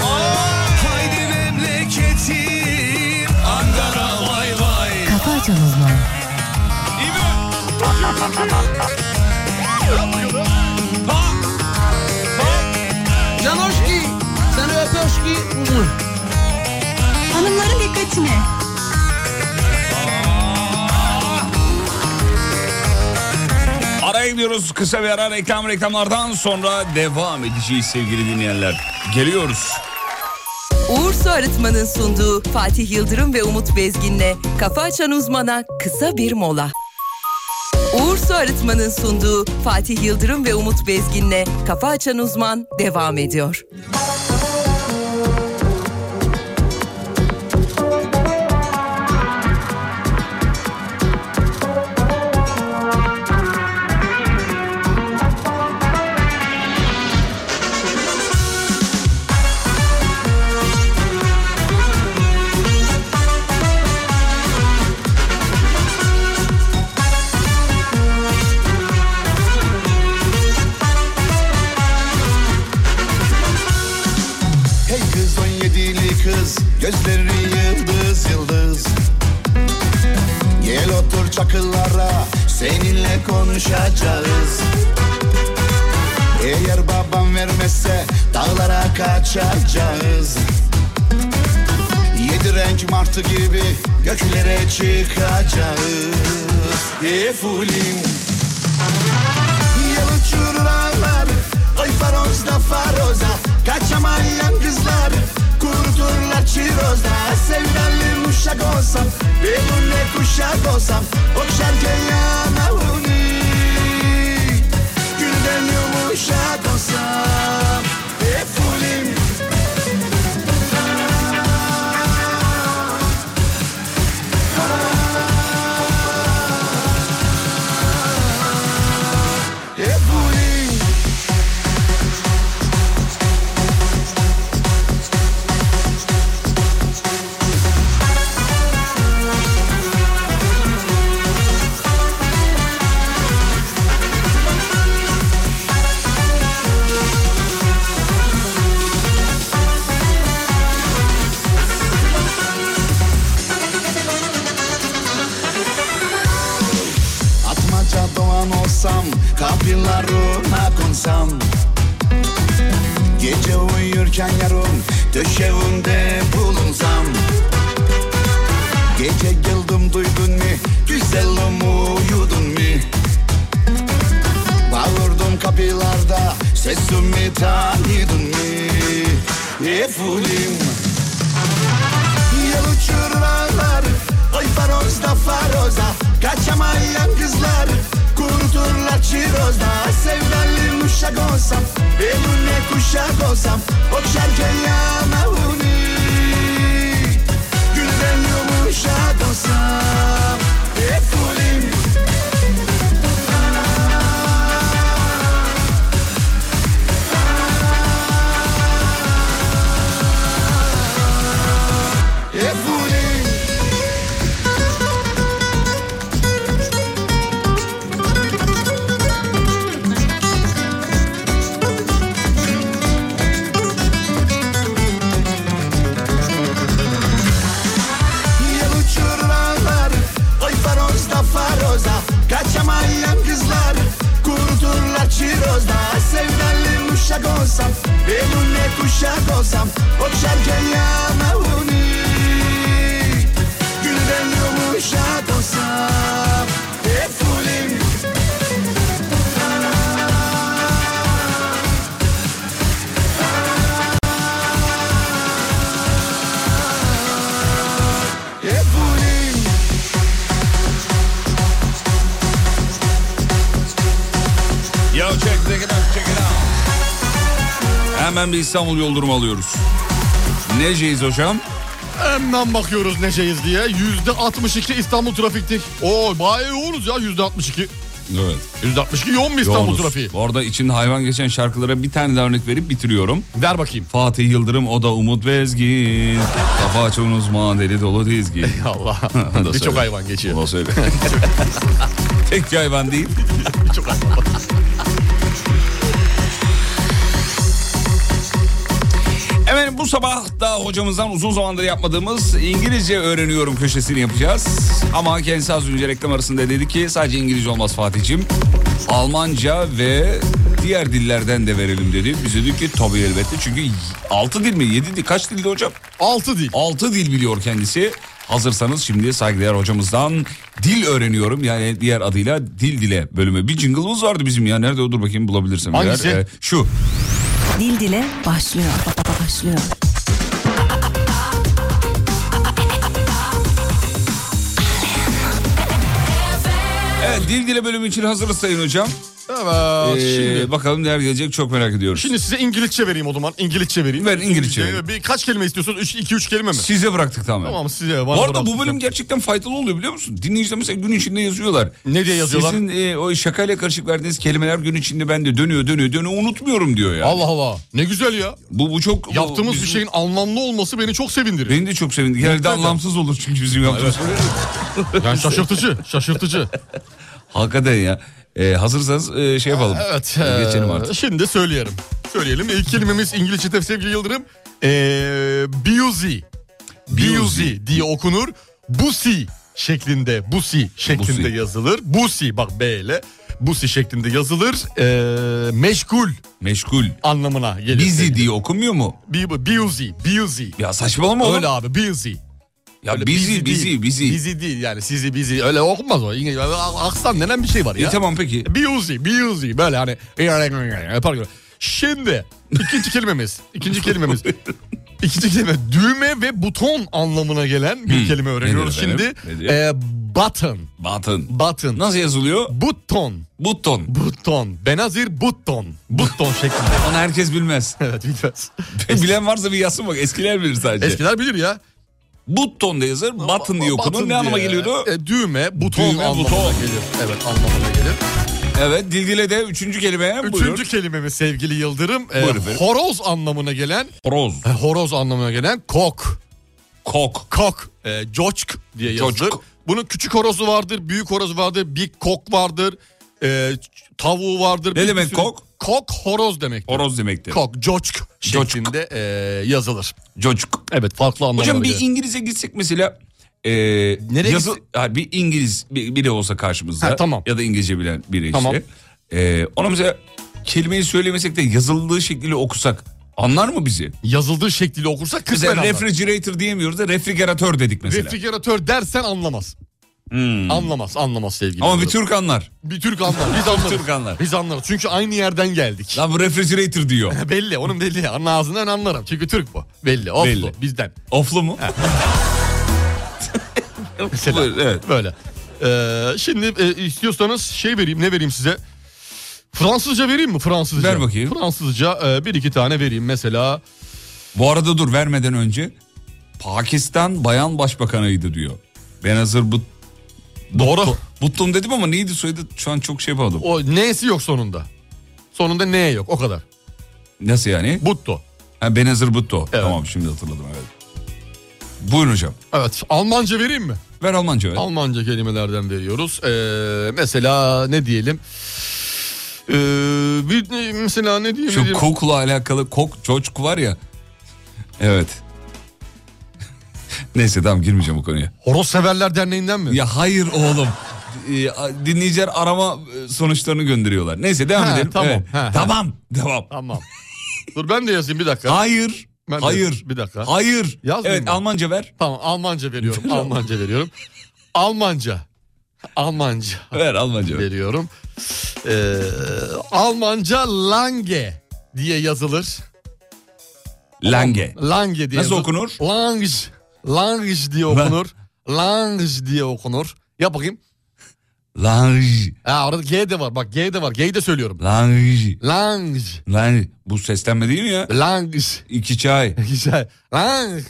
Haydi memleketim Ankara vay vay Kafa açan uzman. Canoşki, seni öpöşki. Hanımların dikkatini. Araya gidiyoruz kısa bir ara reklam reklamlardan sonra devam edeceğiz sevgili dinleyenler. Geliyoruz. Uğur Su Arıtma'nın sunduğu Fatih Yıldırım ve Umut Bezgin'le Kafa Açan Uzman'a kısa bir mola. Uğur Su Arıtma'nın sunduğu Fatih Yıldırım ve Umut Bezgin'le Kafa Açan Uzman devam ediyor. Hey kız 17'li kız Gözleri yıldız yıldız Gel otur çakıllara Seninle konuşacağız Eğer babam vermezse Dağlara kaçacağız Yedi renk martı gibi Göklere çıkacağız Efulim Yalı çuralar Oy farozda faroza Kaçamayan kızlar Kuruturlar çirozda Sevdalim uşak olsam Benimle kuşak olsam Okşarken yana huni Gülden yumuşak olsam Efulim Efulim Atmaca doğan olsam Kapılarına konsam Gece uyurken yarım döşevimde bulunzam Gece geldim duydun mu güzelim uyudun mu Bağırdım kapılarda sesimi tanıdın mı Efulim Yıl uçururlar Oy farozda faroza Kaçamayan kızlar Kuruturlar çirozda Sevdalim uşak olsam Elune kuşak olsam Okşarken yanağını Gülden yumuşak olsam Efulim Efulim Yıl uçururlar Oy farozda faroza Kaçamayan kızlar Kuruturlar çirozda Sevdalim uşak olsam Elune kuşak olsam Okşarken yanağını Gülden yumuşak olsam Efulim Efulim Yo check, check it out, check it out. Hemen bir İstanbul yol durumu alıyoruz. Neceyiz hocam? Hemen bakıyoruz neceyiz diye. Yüzde 62 İstanbul trafiktik. Oo bayağı yoğunuz ya yüzde 62. Evet. 62 yoğun mu İstanbul trafiği? Bu arada içinde hayvan geçen şarkılara bir tane daha örnek verip bitiriyorum. Ver bakayım. Fatih Yıldırım, o da Umut Bezgin. Kafa açan uzman, deli dolu dizgin. Allah. Birçok hayvan geçiyor. Onu söyle. Tek bir hayvan değil. Birçok hayvan. Evet bu sabah da hocamızdan uzun zamandır yapmadığımız İngilizce öğreniyorum köşesini yapacağız. Ama kendisi az önce reklam arasında dedi ki sadece İngilizce olmaz Fatih'cim. Almanca ve diğer dillerden de verelim dedi. Biz dedik ki tabii elbette çünkü 6 dil mi 7 dil kaç dildi hocam? 6 dil. 6 dil biliyor kendisi. Hazırsanız şimdi saygıdeğer hocamızdan dil öğreniyorum yani diğer adıyla dil dile bölümü. Bir jingle'ımız vardı bizim ya nerede odur bakayım bulabilirsem. eğer. Hangisi? Ee, şu. Dil dile başlıyor. Başlıyor. Evet dil dile bölümü için hazırız sayın hocam. Evet Ee, şimdi. Bakalım neler gelecek çok merak ediyorum. Şimdi size İngilizce vereyim o zaman. İngilizce vereyim. Ver İngilizce vereyim. Bir kaç kelime istiyorsunuz? 2-3 kelime mi? Size bıraktık tamamen. Tamam size. Bu arada bu bölüm gerçekten faydalı oluyor biliyor musun? Dinleyiciler mesela gün içinde yazıyorlar. Ne diye yazıyorlar? Sizin e, o şakayla karışık verdiğiniz kelimeler gün içinde bende dönüyor dönüyor dönüyor unutmuyorum diyor yani. Allah Allah. Ne güzel ya. Bu, bu çok... Yaptığımız bu bir bizim- şeyin anlamlı olması beni çok sevindirir. Beni de çok sevindi. Genelde Gerçekten. anlamsız olur çünkü bizim yaptığımız. Yani şaşırtıcı, şaşırtıcı. Hakikaten ya. Ee, hazırsanız e, şey yapalım. Evet. Ee, Geçelim ee, artık. Şimdi söyleyelim. Söyleyelim. İlk kelimemiz İngilizce'de sevgili Yıldırım. Ee, Busy. Busy diye okunur. Busy şeklinde, Busy şeklinde yazılır. Busy bak B ile. Busy şeklinde yazılır. Ee, meşgul. Meşgul. Anlamına gelir. Busy diye okunmuyor mu? Busy, busy. Ya saçmalama oğlum. Öyle abi, busy. Ya Öyle busy, busy, değil. busy. Busy değil yani sizi busy. Öyle okunmaz o. İngilizce, aksan denen bir şey var ya. E tamam peki. Busy, busy. Böyle hani yapar gibi. Şimdi ikinci kelimemiz. ikinci kelimemiz. ikinci kelime düğme ve buton anlamına gelen bir Hmm, kelime öğreniyoruz nedir şimdi. efendim? Nedir? Ee, button. Batın. Button. Nasıl yazılıyor? Button. Button. Button. Benazir Button. Button şeklinde. Onu herkes bilmez. evet bilmez. Bilen varsa bir yazsın bak eskiler bilir sadece. Eskiler bilir ya. Button da yazar, button diye okunur. Button Ne anlama diye. geliyordu? E, düğme, buton Düğme, anlamına buton. gelir. Evet anlamına gelir. Evet dilgile de üçüncü kelime Üçüncü buyur. kelimemiz sevgili Yıldırım. e, Buyurun efendim. horoz anlamına gelen. Horoz. E, horoz anlamına gelen kok. Kok. Kok. E, coçk diye Coçk. yazılır. Bunun küçük horozu vardır, büyük horozu vardır, big kok vardır, e, ç- tavuğu vardır. Ne bir demek sürü- kok? Kok horoz demektir. Horoz demektir. Kok, coçk şeklinde e, yazılır. Coçk. Evet farklı anlamlara Hocam bir gelir. İngiliz'e gitsek mesela e, Nereye yazı, gitsin? Ha, bir İngiliz bi- biri olsa karşımızda Ha, tamam. ya da İngilizce bilen biri işte. Tamam. E, ona mesela kelimeyi söylemesek de yazıldığı şekliyle okusak Anlar mı bizi? Yazıldığı şekliyle okursak kısmen Mesela anlar. refrigerator diyemiyoruz da refrigeratör dedik mesela. Refrigeratör dersen anlamaz. Hmm. Anlamaz, anlamaz sevgili. Ama bir dinleyiciler. Türk anlar. Bir Türk anlar. Biz anlarız. Türk anlar. Biz anlarız. Çünkü aynı yerden geldik. Lan bu refrigerator diyor. belli. Onun belli. Onun ağzından anlarım. Çünkü Türk bu. Belli. Oflu. Belli. Bizden. Oflu mu? Mesela. Böyle. Ee, şimdi e, istiyorsanız şey vereyim. Ne vereyim size? Fransızca vereyim mi? Fransızca. Ver bakayım. Fransızca e, bir iki tane vereyim mesela. Bu arada dur vermeden önce Pakistan bayan başbakanıydı diyor. Ben hazır bu... Doğru. Buttum dedim ama neydi soyadı şu an çok şey yapamadım. O N'si yok sonunda. Sonunda N yok. O kadar. Nasıl yani? Butto. Ha, Benazir Butto. Tamam şimdi hatırladım evet. Buyurun hocam. Evet. Almanca vereyim mi? Ver Almanca ver. Almanca kelimelerden veriyoruz. Ee, mesela ne diyelim? Ee, bir, mesela ne diyelim? Şu kokla alakalı kok çocuk var ya. Evet. Neyse tamam girmeyeceğim bu konuya. Horoz Severler Derneği'nden mi? Ya hayır oğlum. Ee, a- Dinleyiciler arama e, sonuçlarını gönderiyorlar. Neyse devam Ha, edelim. tamam, Evet. ha, ha. Tamam. Devam. Tamam. Dur ben de yazayım bir dakika. Hayır. Ben de- hayır. bir dakika. Hayır. Yazmayayım evet mı? Almanca ver. Tamam Almanca veriyorum. Almanca veriyorum. Almanca. Almanca. Ver Almanca. ver. veriyorum. Ee, Almanca Lange diye yazılır. Lange. Lange diye Nasıl yazılır. okunur? Lange. Lange diye okunur. Lange diye okunur. Yap bakayım. Lange. Ha, orada G de var. Bak G de var. G'yi de söylüyorum. Lange. Lange. Lange. Bu seslenme değil mi ya? Lange. İki çay. Güzel. Lange.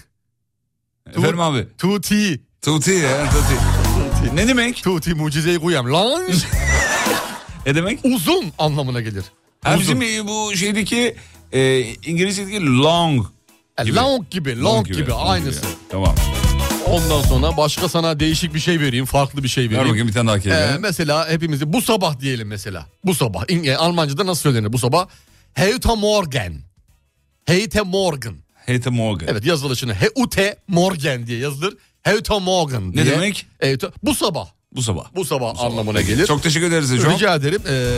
Efendim abi. Tuti. Tuti ya tuti. ne demek? Tuti mucizeyi koyam. Lange. Ne demek? Uzun anlamına gelir. Ha, Uzun. bizim e, bu şeydeki e, İngilizce'deki long. gibi. E, Long gibi. Long gibi. long Aynısı. gibi. Tamam. Ondan sonra başka sana değişik bir şey vereyim, farklı bir şey Ver vereyim. bakayım bir tane daha kelime. Ee, mesela hepimizi bu sabah diyelim mesela. Bu sabah. İng- e, Almanca'da nasıl söylenir bu sabah? Heute Morgen. Heute Morgen. Hete Morgan. Evet yazılışını Heute Morgen diye yazılır. Heute Morgen diye. Ne demek? Heute- bu sabah. Bu sabah. Bu sabah anlamına gelir. Çok teşekkür ederiz hocam. Rica ederim. Ee,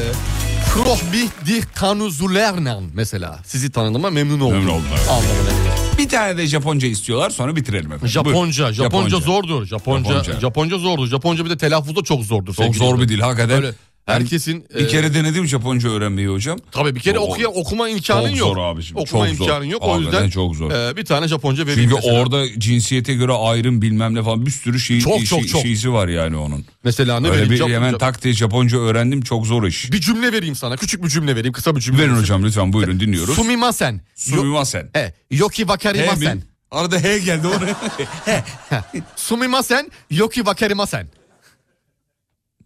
Froh mich dich kanuzulernen mesela. Sizi tanıdığıma memnun oldum. Memnun oldum, evet. Anlamına gelir. Bir tane de Japonca istiyorlar sonra bitirelim efendim. Buyurun. Japonca, Japonca, zordur. Japonca, Japonca. Japonca, zordur. Japonca bir de telaffuz da çok zordur. Çok sevgili zor bir dinleyiciler. dil hakikaten. Öyle herkesin bir e, kere denedim Japonca öğrenmeyi hocam. tabii bir kere O- okuya okuma imkanın çok yok. zor abiciğim, Okuma çok zor. imkanın yok. O Hakikaten yüzden çok zor. e, bir tane Japonca vereyim Çünkü mesela. orada cinsiyete göre ayrım bilmem ne falan bir sürü şey, Çok, çok, şey- çok. şeysi var yani onun. mesela ne Öyle vereyim? bir Jap- hemen Jap- tak diye Japonca öğrendim çok zor iş. bir cümle vereyim sana. Küçük bir cümle vereyim. Kısa bir cümle. Verin hocam lütfen buyurun dinliyoruz. Sumimasen. Yo- Sumimasen. He, yoki wakarimasen. He mi? Arada he geldi onu. He. he. Sumimasen, yoki wakarimasen.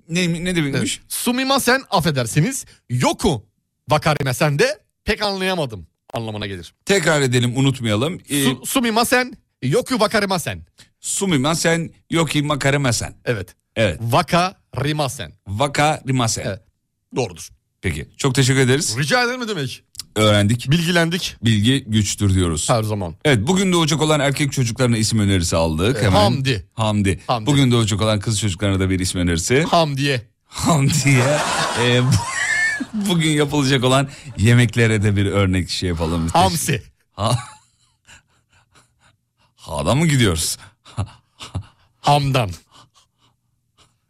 E, ne, ne demekmiş? Sumimasen affedersiniz. Yoku wakarimasen de pek anlayamadım anlamına gelir. Tekrar edelim unutmayalım. Ee, Su, sumimasen, yoku wakarimasen. sumimasen yoki makaremasen. Evet. Evet. Vaka rimasen. Vaka rimasen. Evet. Doğrudur. Peki. Çok teşekkür ederiz. Rica ederim ne demek? Öğrendik. Bilgilendik Bilgi güçtür diyoruz. her zaman. Evet bugün doğacak olan erkek çocuklarına isim önerisi aldık. E, Hemen. Hamdi. Hamdi. Hamdi. Bugün doğacak olan kız çocuklarına da bir isim önerisi. Hamdiye. Hamdi'ye. e, bu- bugün yapılacak olan yemeklere de bir örnek şey yapalım. Hamsi. Ha. Ha'da mı gidiyoruz? Hamdan.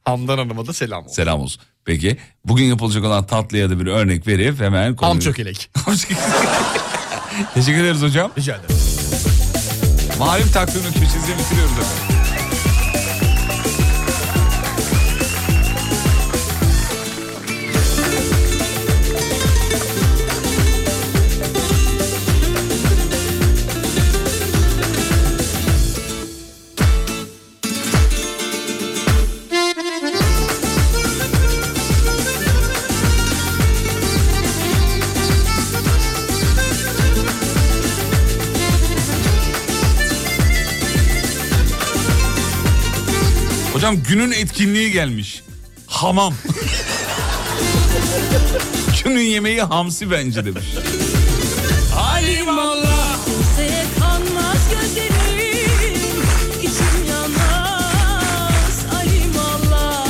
Hamdan Hanım'a da selam olsun. Selam olsun. Peki bugün yapılacak olan tatlıya da bir örnek verip hemen... konuyu- Ham çökelek. Ham çökelek. Teşekkür ederiz hocam. Rica ederim. Malum takvim ötmüşüzle bitiriyoruz efendim. Hocam günün etkinliği gelmiş. Hamam. günün yemeği hamsi bence demiş. Halim Allah Kimseye kanmaz gözlerim İçim yanmaz Halim Allah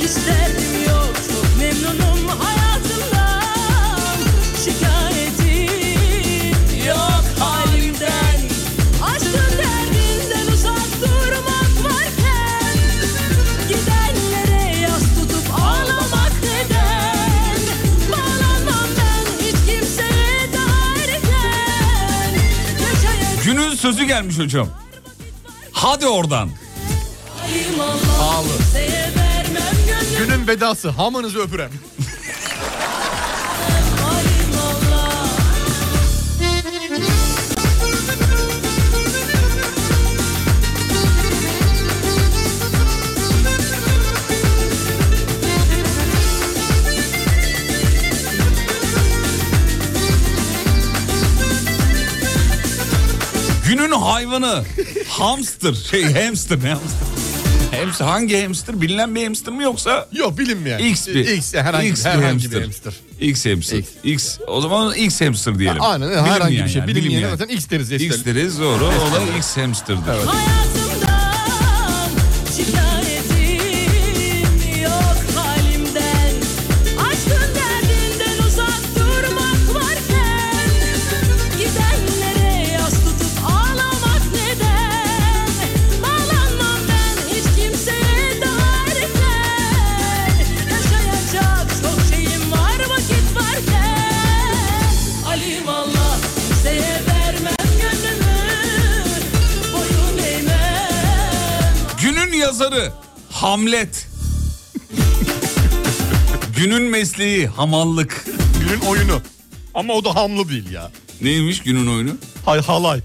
Hiç derdim yok Çok memnunum hayatımdan Şikayetim Günün sözü gelmiş hocam. Hadi oradan. Pahalı. Günün vedası hamınızı öpürem. Günün hayvanı hamster. Şey hamster ne hamster? Hamster hangi hamster? Bilinen bir hamster mi yoksa? Yok bilinmeyen. X bir. X, herhangi- X herhangi bir hamster. X hamster. X. O zaman X hamster diyelim. Ha, aynen, herhangi Bilinmeyen bir şey. yani, Bilinmeyene bilinmeyen. zaten X deriz eskiden. X deriz doğru. O da X hamster'dır. Şikayetim yok halimden Aşkın derdinden uzak durmak varken Gidenlere yas tutup ağlamak neden Bağlanmam ben hiç kimseye daha erken Yaşayacak çok şeyim var vakit varken Alim Allah kimseye vermem gönlümü Boyun eğmem Günün yazarı Hamlet. Günün mesleği hamallık. Günün oyunu. Ama o da hamlı değil ya. Neymiş günün oyunu? Hay halay.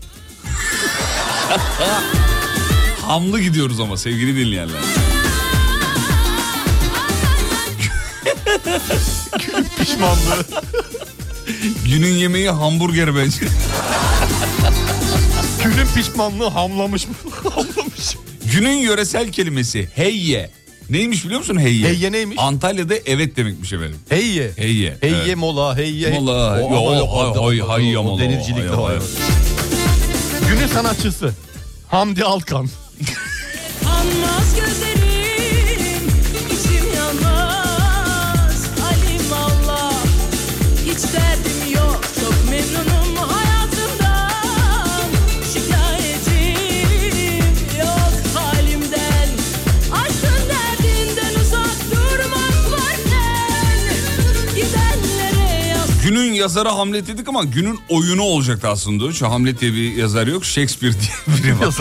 Hamlı gidiyoruz ama sevgili dinleyenler. Pişmanlığı. Günün yemeği hamburger bence. Günün pişmanlığı hamlamış mı? hamlamış. Günün yöresel kelimesi heyye. Neymiş biliyor musun heyye? Heyye neymiş? Antalya'da evet demekmiş efendim. Heyye. Heyye. Heyye evet. mola heyye. Mola. O, Yo, ama hay- yok, hay- adam- hay- hayya o mola, Denizcilikte hayya, hayvan. Günün sanatçısı. Hamdi Alkan. Kanmaz gözlerim, içim yanmaz Alim Allah, hiç derdim yok Çok memnunum hayatımdan Şikayetim yok halimden Aşkın derdinden uzak durmak varken Gidenlere yaz Günün yazarı Hamlet dedik ama günün oyunu olacaktı aslında. Şu Hamlet diye bir yazar yok. Shakespeare diye biri var.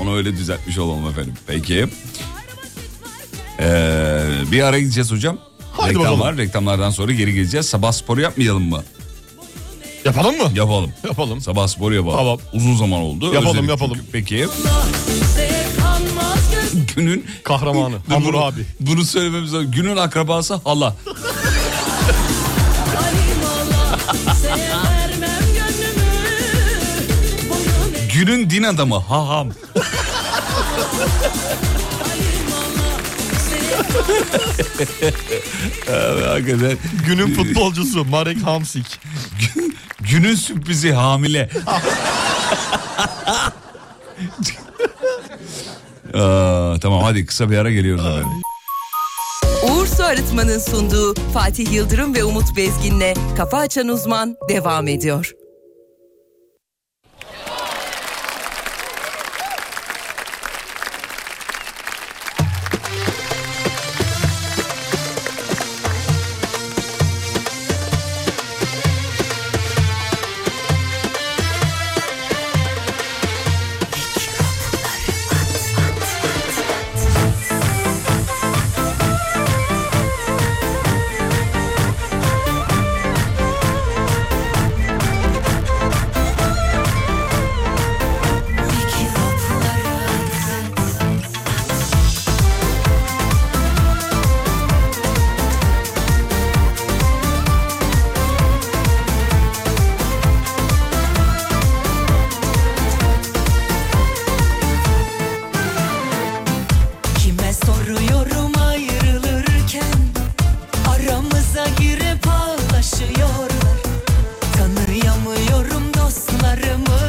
Onu öyle düzeltmiş olalım efendim. Peki. Ee, bir ara gideceğiz hocam. Haydi Reklam bakalım. var. Reklamlardan sonra geri geleceğiz. Sabah sporu yapmayalım mı? Yapalım mı? Yapalım. Yapalım. Sabah sporu yapalım. Tamam. Uzun zaman oldu. Yapalım, Özledik yapalım. çünkü. Peki. kimseye kanmaz gözlerim Günün kahramanı Dur, Hamur bunu- abi. Bunu söylememiz lazım. Günün akrabası hala. Alim Allah, kimseye vermem gönlümü Boyun Günün din adamı haham. Abi, hakikaten. Günün futbolcusu Marek Hamsik. Günün sürprizi hamile. Aa, Ee, tamam hadi kısa bir ara geliyoruz efendim. Uğur Su Arıtma'nın sunduğu Fatih Yıldırım ve Umut Bezgin'le Kafa Açan Uzman devam ediyor. Kime soruyorum ayrılırken Aramıza girip ağlaşıyorlar Tanıyamıyorum dostlarımı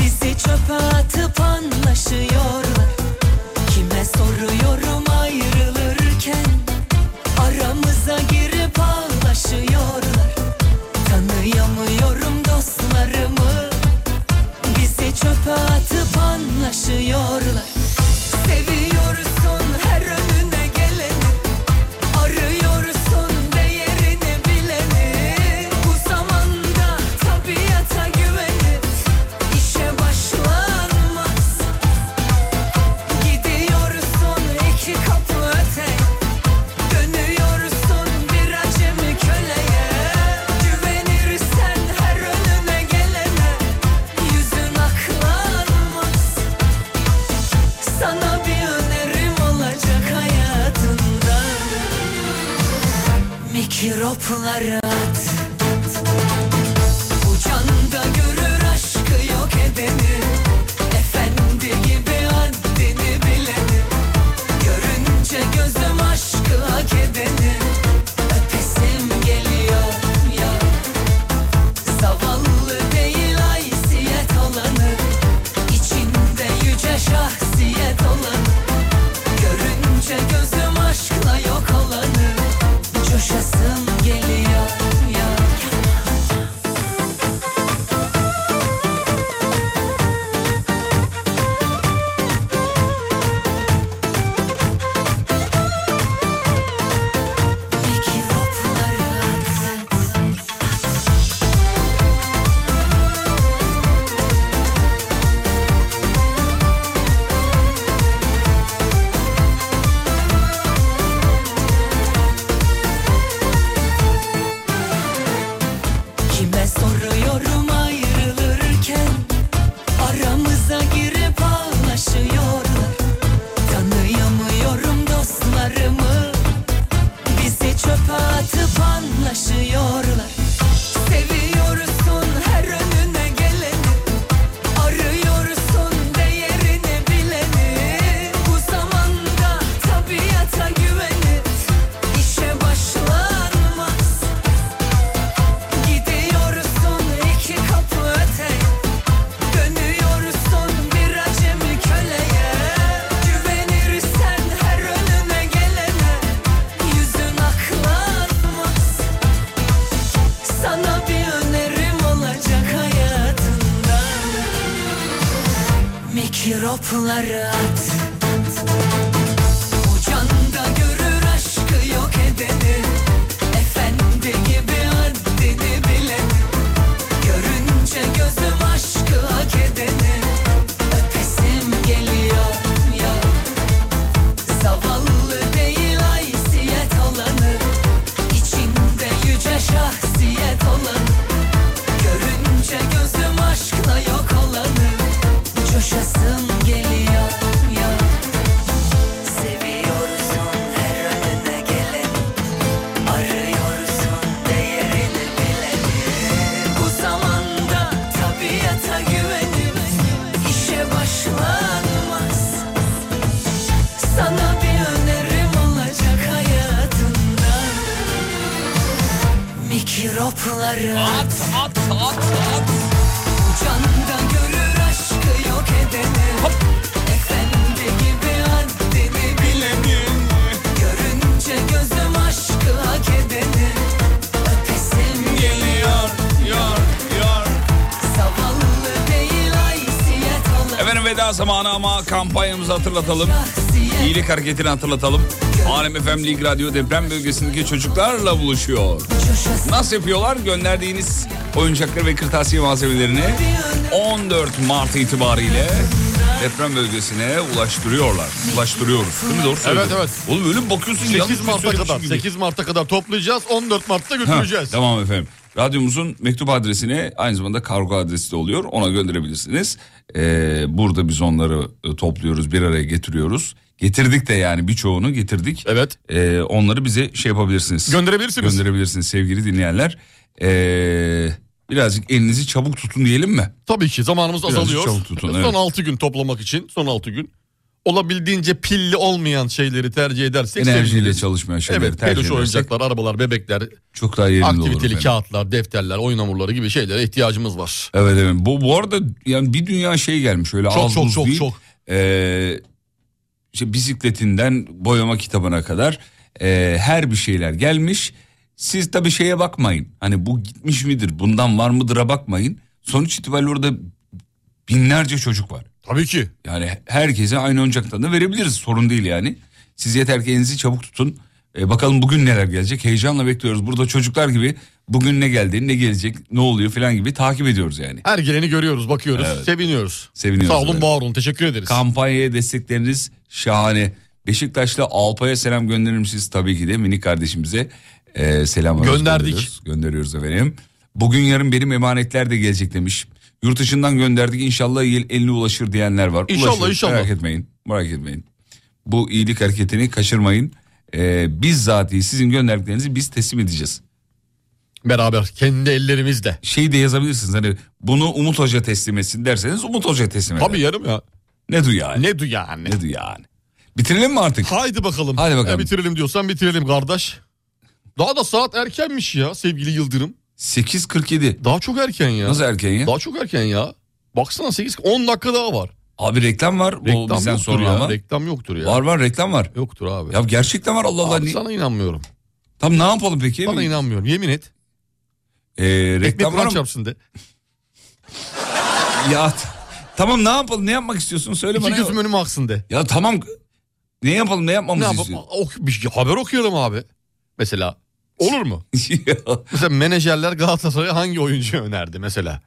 Bizi çöpe atıp anlaşıyorlar Kime soruyorum ayrılırken Aramıza girip ağlaşıyorlar Tanıyamıyorum dostlarımı Bizi çöpe atıp anlaşıyorlar Seviyorsun her önüne geleni Arıyorsun değerini bileni Bu zamanda tabiata güvenip Troplara at Uçan da görür aşkı yok edeni Efendi gibi haddini bileni Görünce gözüm aşkı hak edeni Öpesim geliyor ya Zavallı değil haysiyet olanı İçinde yüce şahsiyet olanı Görünce gözüm aşkla yok olanı Coşasım geliyor ya Kime soruyorum ayrılırken Aramıza girip ağlaşıyorlar Tanıyamıyorum dostlarımı Bizi çöpe atıp anlaşıyorlar Seviyorsun her önüne geleni Arıyorsun değerini bileni Bu zamanda tabiata güvenip işe başlanmaz Gidiyorsun iki kapı öte Dönüyorsun bir acemi köleye Güvenirsen her önüne gelene Yüzün aklanmaz Sana bir önerim olacak hayatında Mikropları at Uçan da görür aşkı yok edeni Efendi gibi haddini bilen Görünce gözüm aşkı hak edeni Öpesim geliyor ya Zavallı değil haysiyet olanı İçinde yüce şahsiyet olanı Görünce gözüm aşkla yok olanı Coşasım geliyor ya Seviyorsun her önüne gelen Arıyorsun değerini bileni Bu zamanda tabiata güvenip işe başlanmaz Sana bir önerim olacak hayatında Mikropları at at at at Ucanda görür aşkı yok edeni Efendi gibi haddini bileni Görünce gözüm aşkı hak edeni Öpesim geliyor yor yor Zavallı değil haysiyet olan Efendim veda zamanı ama kampanyamızı hatırlatalım. İyilik hareketini hatırlatalım. Alem FM Lig Radyo deprem bölgesindeki çocuklarla buluşuyor. Nasıl yapıyorlar? Gönderdiğiniz oyuncakları ve kırtasiye malzemelerini 14 Mart itibariyle deprem bölgesine ulaştırıyorlar. Ulaştırıyoruz. Değil mi? Doğru Evet söyledim. evet. Oğlum öyle mi bakıyorsun? Yanlış 8 bir Mart'a söylemişim kadar. gibi. 8 Mart'a kadar toplayacağız. 14 Mart'ta götüreceğiz. Ha, tamam efendim. Radyomuzun mektup adresine aynı zamanda kargo adresi de oluyor. Ona gönderebilirsiniz. Ee, burada biz onları e, topluyoruz, bir araya getiriyoruz. Getirdik de yani birçoğunu getirdik. Evet. onları bize şey yapabilirsiniz. Gönderebilirsiniz. Gönderebilirsiniz sevgili dinleyenler. Ee, birazcık elinizi çabuk tutun diyelim mi? Tabii ki zamanımız Birazcık azalıyor. çabuk tutun, son evet. 6 gün toplamak için son 6 gün. Olabildiğince pilli olmayan şeyleri tercih edersek Enerjiyle seviniriz. çalışmayan şeyleri evet, tercih peluş edersek- oyuncaklar, arabalar, bebekler, Çok daha yerinde olur aktiviteli efendim. kağıtlar, defterler, oyun hamurları gibi şeylere ihtiyacımız var. Evet evet. Bu, bu arada yani bir dünya şey gelmiş öyle Çok, az çok, buz çok, değil. çok. Ee, işte bisikletinden boyama kitabına kadar e, her bir şeyler gelmiş. Siz tabii şeye bakmayın. Hani bu gitmiş midir, bundan var mıdır'a bakmayın. Sonuç itibariyle orada binlerce çocuk var. Tabii ki. Yani herkese aynı oyuncaktan da verebiliriz. Sorun değil yani. Siz yeter ki elinizi çabuk tutun. E, bakalım bugün neler gelecek. Heyecanla bekliyoruz. Burada çocuklar gibi bugün ne geldi, ne gelecek, ne oluyor falan gibi takip ediyoruz yani. Her geleni görüyoruz, bakıyoruz, Evet. seviniyoruz. Seviniyoruz. Sağ olun, Evet. var olun. Teşekkür ederiz. Kampanyaya destekleriniz şahane. Beşiktaşlı Alpay'a selam gönderir misiniz? Tabii ki de mini kardeşimize e, selam Gönderdik. gönderiyoruz. Gönderiyoruz efendim. Bugün yarın benim emanetler de gelecek demiş. Yurt dışından gönderdik inşallah el- eline ulaşır diyenler var. İnşallah, Ulaşır. inşallah. Merak etmeyin merak etmeyin. Ee, Bu iyilik hareketini kaçırmayın. E, bizzatihi sizin gönderdiklerinizi biz teslim edeceğiz. Beraber kendi ellerimizle. Şey de yazabilirsiniz hani bunu Umut Hoca teslim etsin derseniz Umut Hoca teslim eder. Tabii yarım ya. Ne du yani? Ne du yani? Ne du yani? Bitirelim mi artık? Haydi bakalım. Haydi bakalım. Ya bitirelim diyorsan bitirelim kardeş. Daha da saat erkenmiş ya sevgili Yıldırım. 8.47. Daha çok erken ya. Nasıl erken ya? Daha çok erken ya. Baksana 8 10 dakika daha var. Abi reklam var. bu Reklam bizden yoktur sonra ya. ama. Reklam yoktur ya. Var var reklam var. Yoktur abi. Ya gerçekten var Allah Allah. Abi Ni- sana inanmıyorum. Tam hani- ne yapalım peki? Sana inanmıyorum. Yemin et. Ee, Ekmek reklam var Kur'an mı? çarpsın de. Ya t- tamam ne yapalım ne yapmak istiyorsun söyle İki bana. gözüm önüme aksın de. Ya tamam ne yapalım ne Ne yapmamızı yapalım? istiyorsun? Ok, bir şey- haber okuyalım abi. Mesela. Olur mu? Mesela menajerler Galatasaray'a hangi oyuncu önerdi mesela?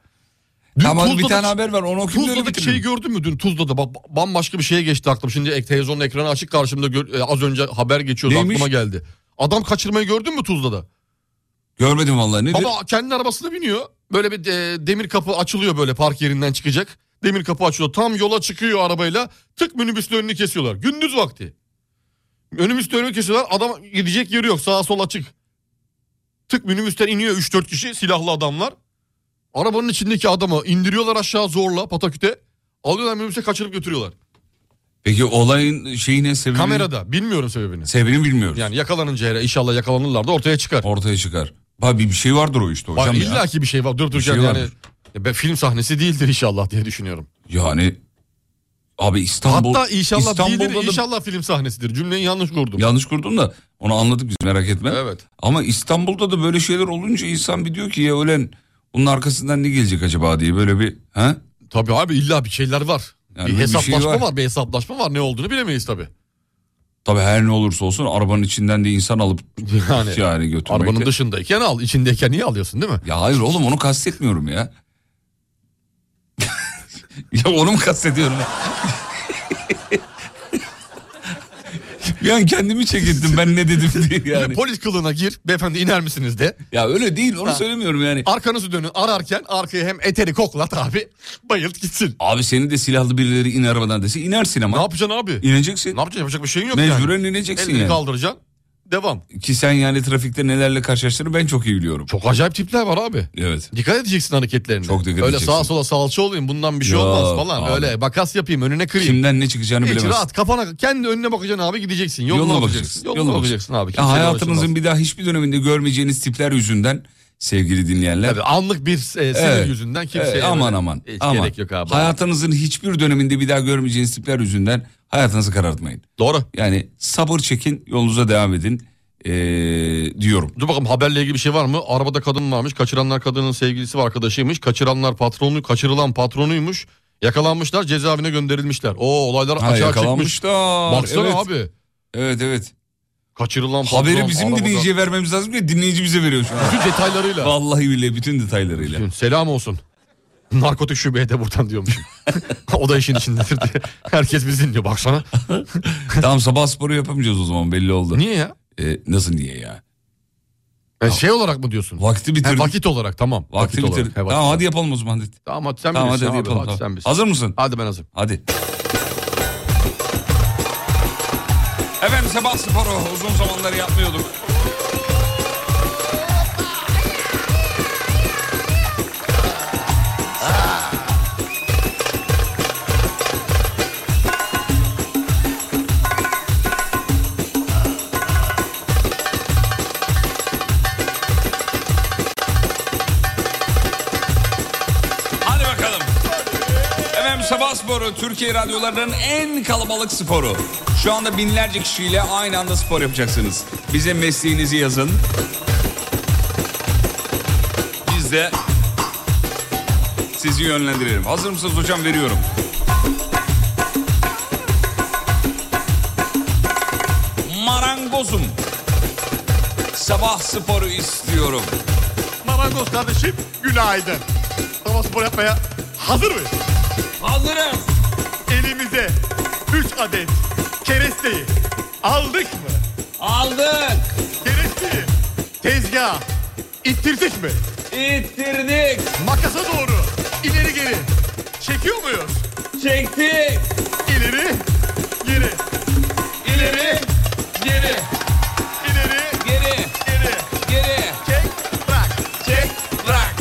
Dün Tamam bir Tuzla'daki- tane haber var onu okuyup öyle Tuzla'daki şeyi bitirelim. gördün mü dün Tuzla'da? Bak bambaşka bir şeye geçti aklım. Şimdi ek- televizyonun ekranı açık karşımda gör- e, az önce haber geçiyordu Neymiş? aklıma geldi. Adam kaçırmayı gördün mü Tuzla'da? Görmedim vallahi nedir? Baba kendi arabasına biniyor. Böyle bir e, demir kapı açılıyor böyle park yerinden çıkacak. Demir kapı açılıyor. Tam yola çıkıyor arabayla. Tık minibüsün önünü kesiyorlar. Gündüz vakti. Minibüsün önünü kesiyorlar. Adam gidecek yeri yok. Sağa sola açık. Tık minibüsten iniyor 3-4 kişi silahlı adamlar. Arabanın içindeki adamı indiriyorlar aşağı zorla pataküte. Alıyorlar minibüse kaçırıp götürüyorlar. Peki olayın şeyi ne sebebi? Kamerada. Bilmiyorum sebebini. Sebebini bilmiyoruz. Yani yakalanınca hele inşallah yakalanırlar da ortaya çıkar. Ortaya çıkar. Abi bir şey vardır o işte hocam Bak, ya. İlla ki bir şey var. Dur duracağım şey yani. vardır. Ya ben film sahnesi değildir inşallah diye düşünüyorum. Yani abi İstanbul. Hatta inşallah İstanbul'da değildir, da- inşallah film sahnesidir. Cümleyi yanlış kurdum. Yanlış kurdun da onu anladık biz merak etme. Evet. Ama İstanbul'da da böyle şeyler olunca insan bir diyor ki ya ölen bunun arkasından ne gelecek acaba diye böyle bir ha? Tabii abi illa bir şeyler var. Yani bir bir şey hesaplaşma var. var. bir hesaplaşma var. Ne olduğunu bilemeyiz tabii. Tabii her ne olursa olsun arabanın içinden de insan alıp yani, Yani götürmek. arabanın de- dışındayken al, içindeyken niye alıyorsun değil mi? Ya hayır oğlum onu kastetmiyorum ya. ya onu mu kastediyorum? bir an kendimi çekildim ben ne dedim diye yani. Polis kılığına gir, beyefendi iner misiniz de. Ya öyle değil onu Ha. söylemiyorum yani. Arkanızı dönün ararken arkaya hem eteri koklat abi, bayılt gitsin. Abi senin de silahlı birileri in arabadan dese inersin ama. Ne yapacaksın abi? İneceksin. Ne yapacaksın? Yapacak bir şeyin yok Mecburen yani. ineceksin Elini yani. kaldıracaksın, devam. Ki sen yani trafikte nelerle karşılaştığını ben çok iyi biliyorum. Çok acayip tipler var abi. Evet. Dikkat edeceksin hareketlerine. Çok dikkat Öyle edeceksin. sağa sola salça olayım bundan bir şey Ya, olmaz falan. abi. Öyle bakas yapayım önüne kırayım. Kimden ne çıkacağını Hiç bilemezsin. rahat kafana kendi önüne bakacaksın abi gideceksin. Yoluna, Yoluna bakacaksın. bakacaksın. Yoluna, Yoluna bakacaksın abi. Ya Kimseyle hayatınızın uğraşamazsın. bir daha hiçbir döneminde görmeyeceğiniz tipler yüzünden sevgili dinleyenler. Tabii, anlık bir e, sinir Evet. yüzünden kimseye Evet, aman aman. hiç aman. gerek yok abi. Hayatınızın hiçbir döneminde bir daha görmeyeceğiniz tipler yüzünden hayatınızı karartmayın. Doğru. Yani sabır çekin yolunuza devam edin ee, diyorum. Dur bakalım haberle ilgili bir şey var mı? Arabada kadın varmış. Kaçıranlar kadının sevgilisi ve arkadaşıymış. Kaçıranlar patronu, kaçırılan patronuymuş. Yakalanmışlar cezaevine gönderilmişler. O olaylar Ha, açığa çıkmış. yakalanmışlar. Baksana evet. abi. Evet evet. Kaçırılan patron. Haberi bizim arabada. dinleyiciye vermemiz lazım ki dinleyici bize veriyor şu an. Bütün detaylarıyla. Vallahi billahi bütün detaylarıyla. Selam olsun. Narkotik şubeye de buradan diyormuşum. o da işin içindedir diye. Herkes bizi dinliyor baksana. tamam sabah sporu yapamayacağız o zaman belli oldu. Niye ya? Ee, nasıl niye ya? E, şey olarak mı diyorsun? Vakti Ha, bitirdik. vakit olarak tamam. Vakti bitirdik. olarak. He, vakit Tamam olarak. hadi yapalım o zaman. Hadi. Tamam hadi sen Tamam, bilirsin hadi abi. yapalım, hadi tamam. sen bilirsin. Hazır mısın? Hadi ben hazırım. Hadi. Efendim sabah sporu uzun zamanları yapmıyorduk. Hadi bakalım. Efendim sabah sporu Türkiye radyolarının en kalabalık sporu. Şu anda binlerce kişiyle aynı anda spor yapacaksınız. Bize mesleğinizi yazın. Biz de sizi yönlendirelim. Hazır mısınız hocam veriyorum. Marangozum. Sabah sporu istiyorum. Marangoz kardeşim günaydın. Sabah spor yapmaya hazır mıyız? Hazırım. Elimize 3 adet keresteyi aldık mı? Aldık. Keresteyi tezgaha ittirdik mi? İttirdik. Makasa doğru ileri geri çekiyor muyuz? Çektik. İleri geri İleri, geri, ileri geri, geri geri. çek bırak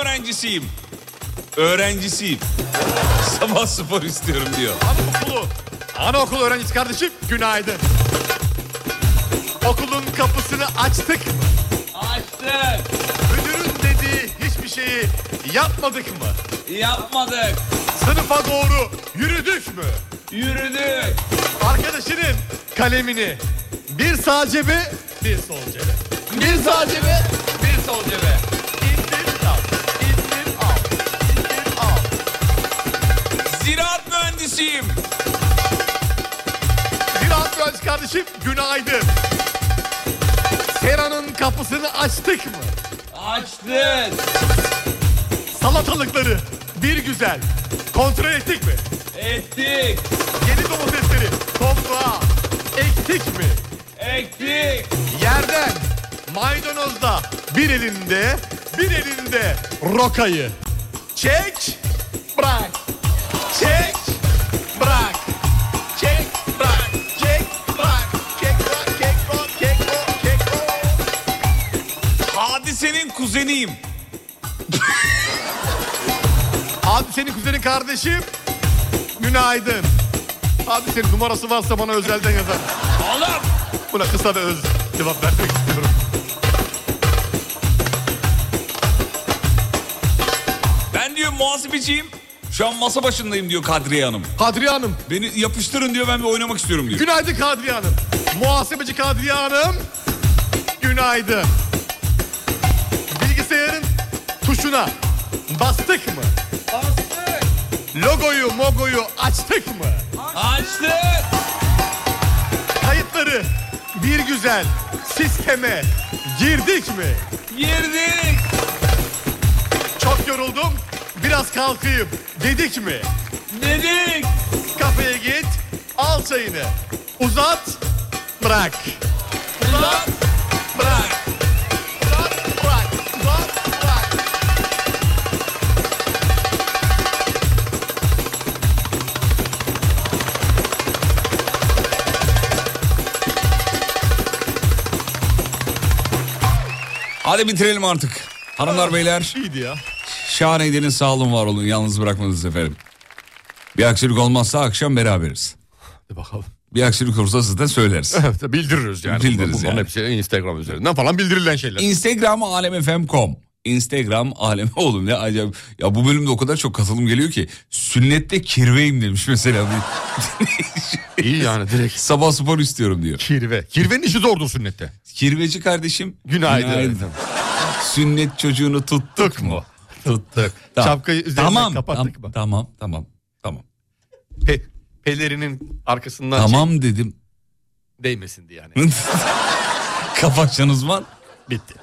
öğrencisiyim. Öğrencisiyim. Sabah spor istiyorum diyor. Anaokulu. Anaokulu öğrencisi kardeşim günaydın. Okulun kapısını açtık. Açtık. Müdürün dediği hiçbir şeyi yapmadık mı? Yapmadık. Sınıfa doğru yürüdük mü? Yürüdük. Arkadaşının kalemini bir sağ cebe, bir sol cebe. Bir sağ cebe, bir sol cebe. Ziraat mühendisiyim. Ziraat mühendisi kardeşim günaydın. Sera'nın kapısını açtık mı? Açtık. Salatalıkları bir güzel kontrol ettik mi? Ettik. Yeni domatesleri toprağa ektik mi? Ektik. Yerden maydanozda bir elinde bir elinde rokayı çek bırak çek bırak çek bırak çek bırak çek bırak çek bırak çek bırak çek Hadisenin kuzeniyim. Abi senin kuzenin kardeşim günaydın. Abi senin numarası varsa bana özelden yazar. Oğlum. Buna kısa ve öz cevap vermek istiyorum. Ben diyor muhasebeciyim. Şu an masa başındayım diyor Kadriye Hanım. Kadriye Hanım. Beni yapıştırın diyor ben bir oynamak istiyorum diyor. Günaydın Kadriye Hanım. Muhasebeci Kadriye Hanım. Günaydın. Bilgisayarın tuşuna bastık mı? Bastık. Logoyu mogoyu açtık mı? Açtık. Kayıtları bir güzel sisteme girdik mi? Girdik. Çok yoruldum biraz kalkayım dedik mi? Dedik. Kafeye git al çayını uzat bırak. Uzat bırak. Uzat bırak. Uzat bırak. Hadi bitirelim artık. Hanımlar beyler İyiydi ya. şahaneydiniz sağ olun var olun yalnız bırakmadınız efendim. Bir aksilik olmazsa akşam beraberiz. Hadi bakalım. Bir aksilik olursa zaten söyleriz. Evet, bildiririz yani. Bildiririz Bunların yani. hepsi Instagram üzerinden falan bildirilen şeyler. Instagram alemfm.com. Instagram alem oğlum ne acayip. Ya bu bölümde o kadar çok katılım geliyor ki. Sünnette kirveyim demiş mesela. İyi yani direkt. Sabah spor istiyorum diyor. Kirve. Kirvenin işi zordur sünnette. Kirveci kardeşim. Günaydın. Sünnet çocuğunu tuttuk mu? Tuttuk. Şapkayı üzerinden tamam, kapattık tam- mı? Tamam tamam tamam. Pe- pelerinin arkasından Tamam dedim. şey değmesin diye şey- yani. Kafaçan uzman. Bitti.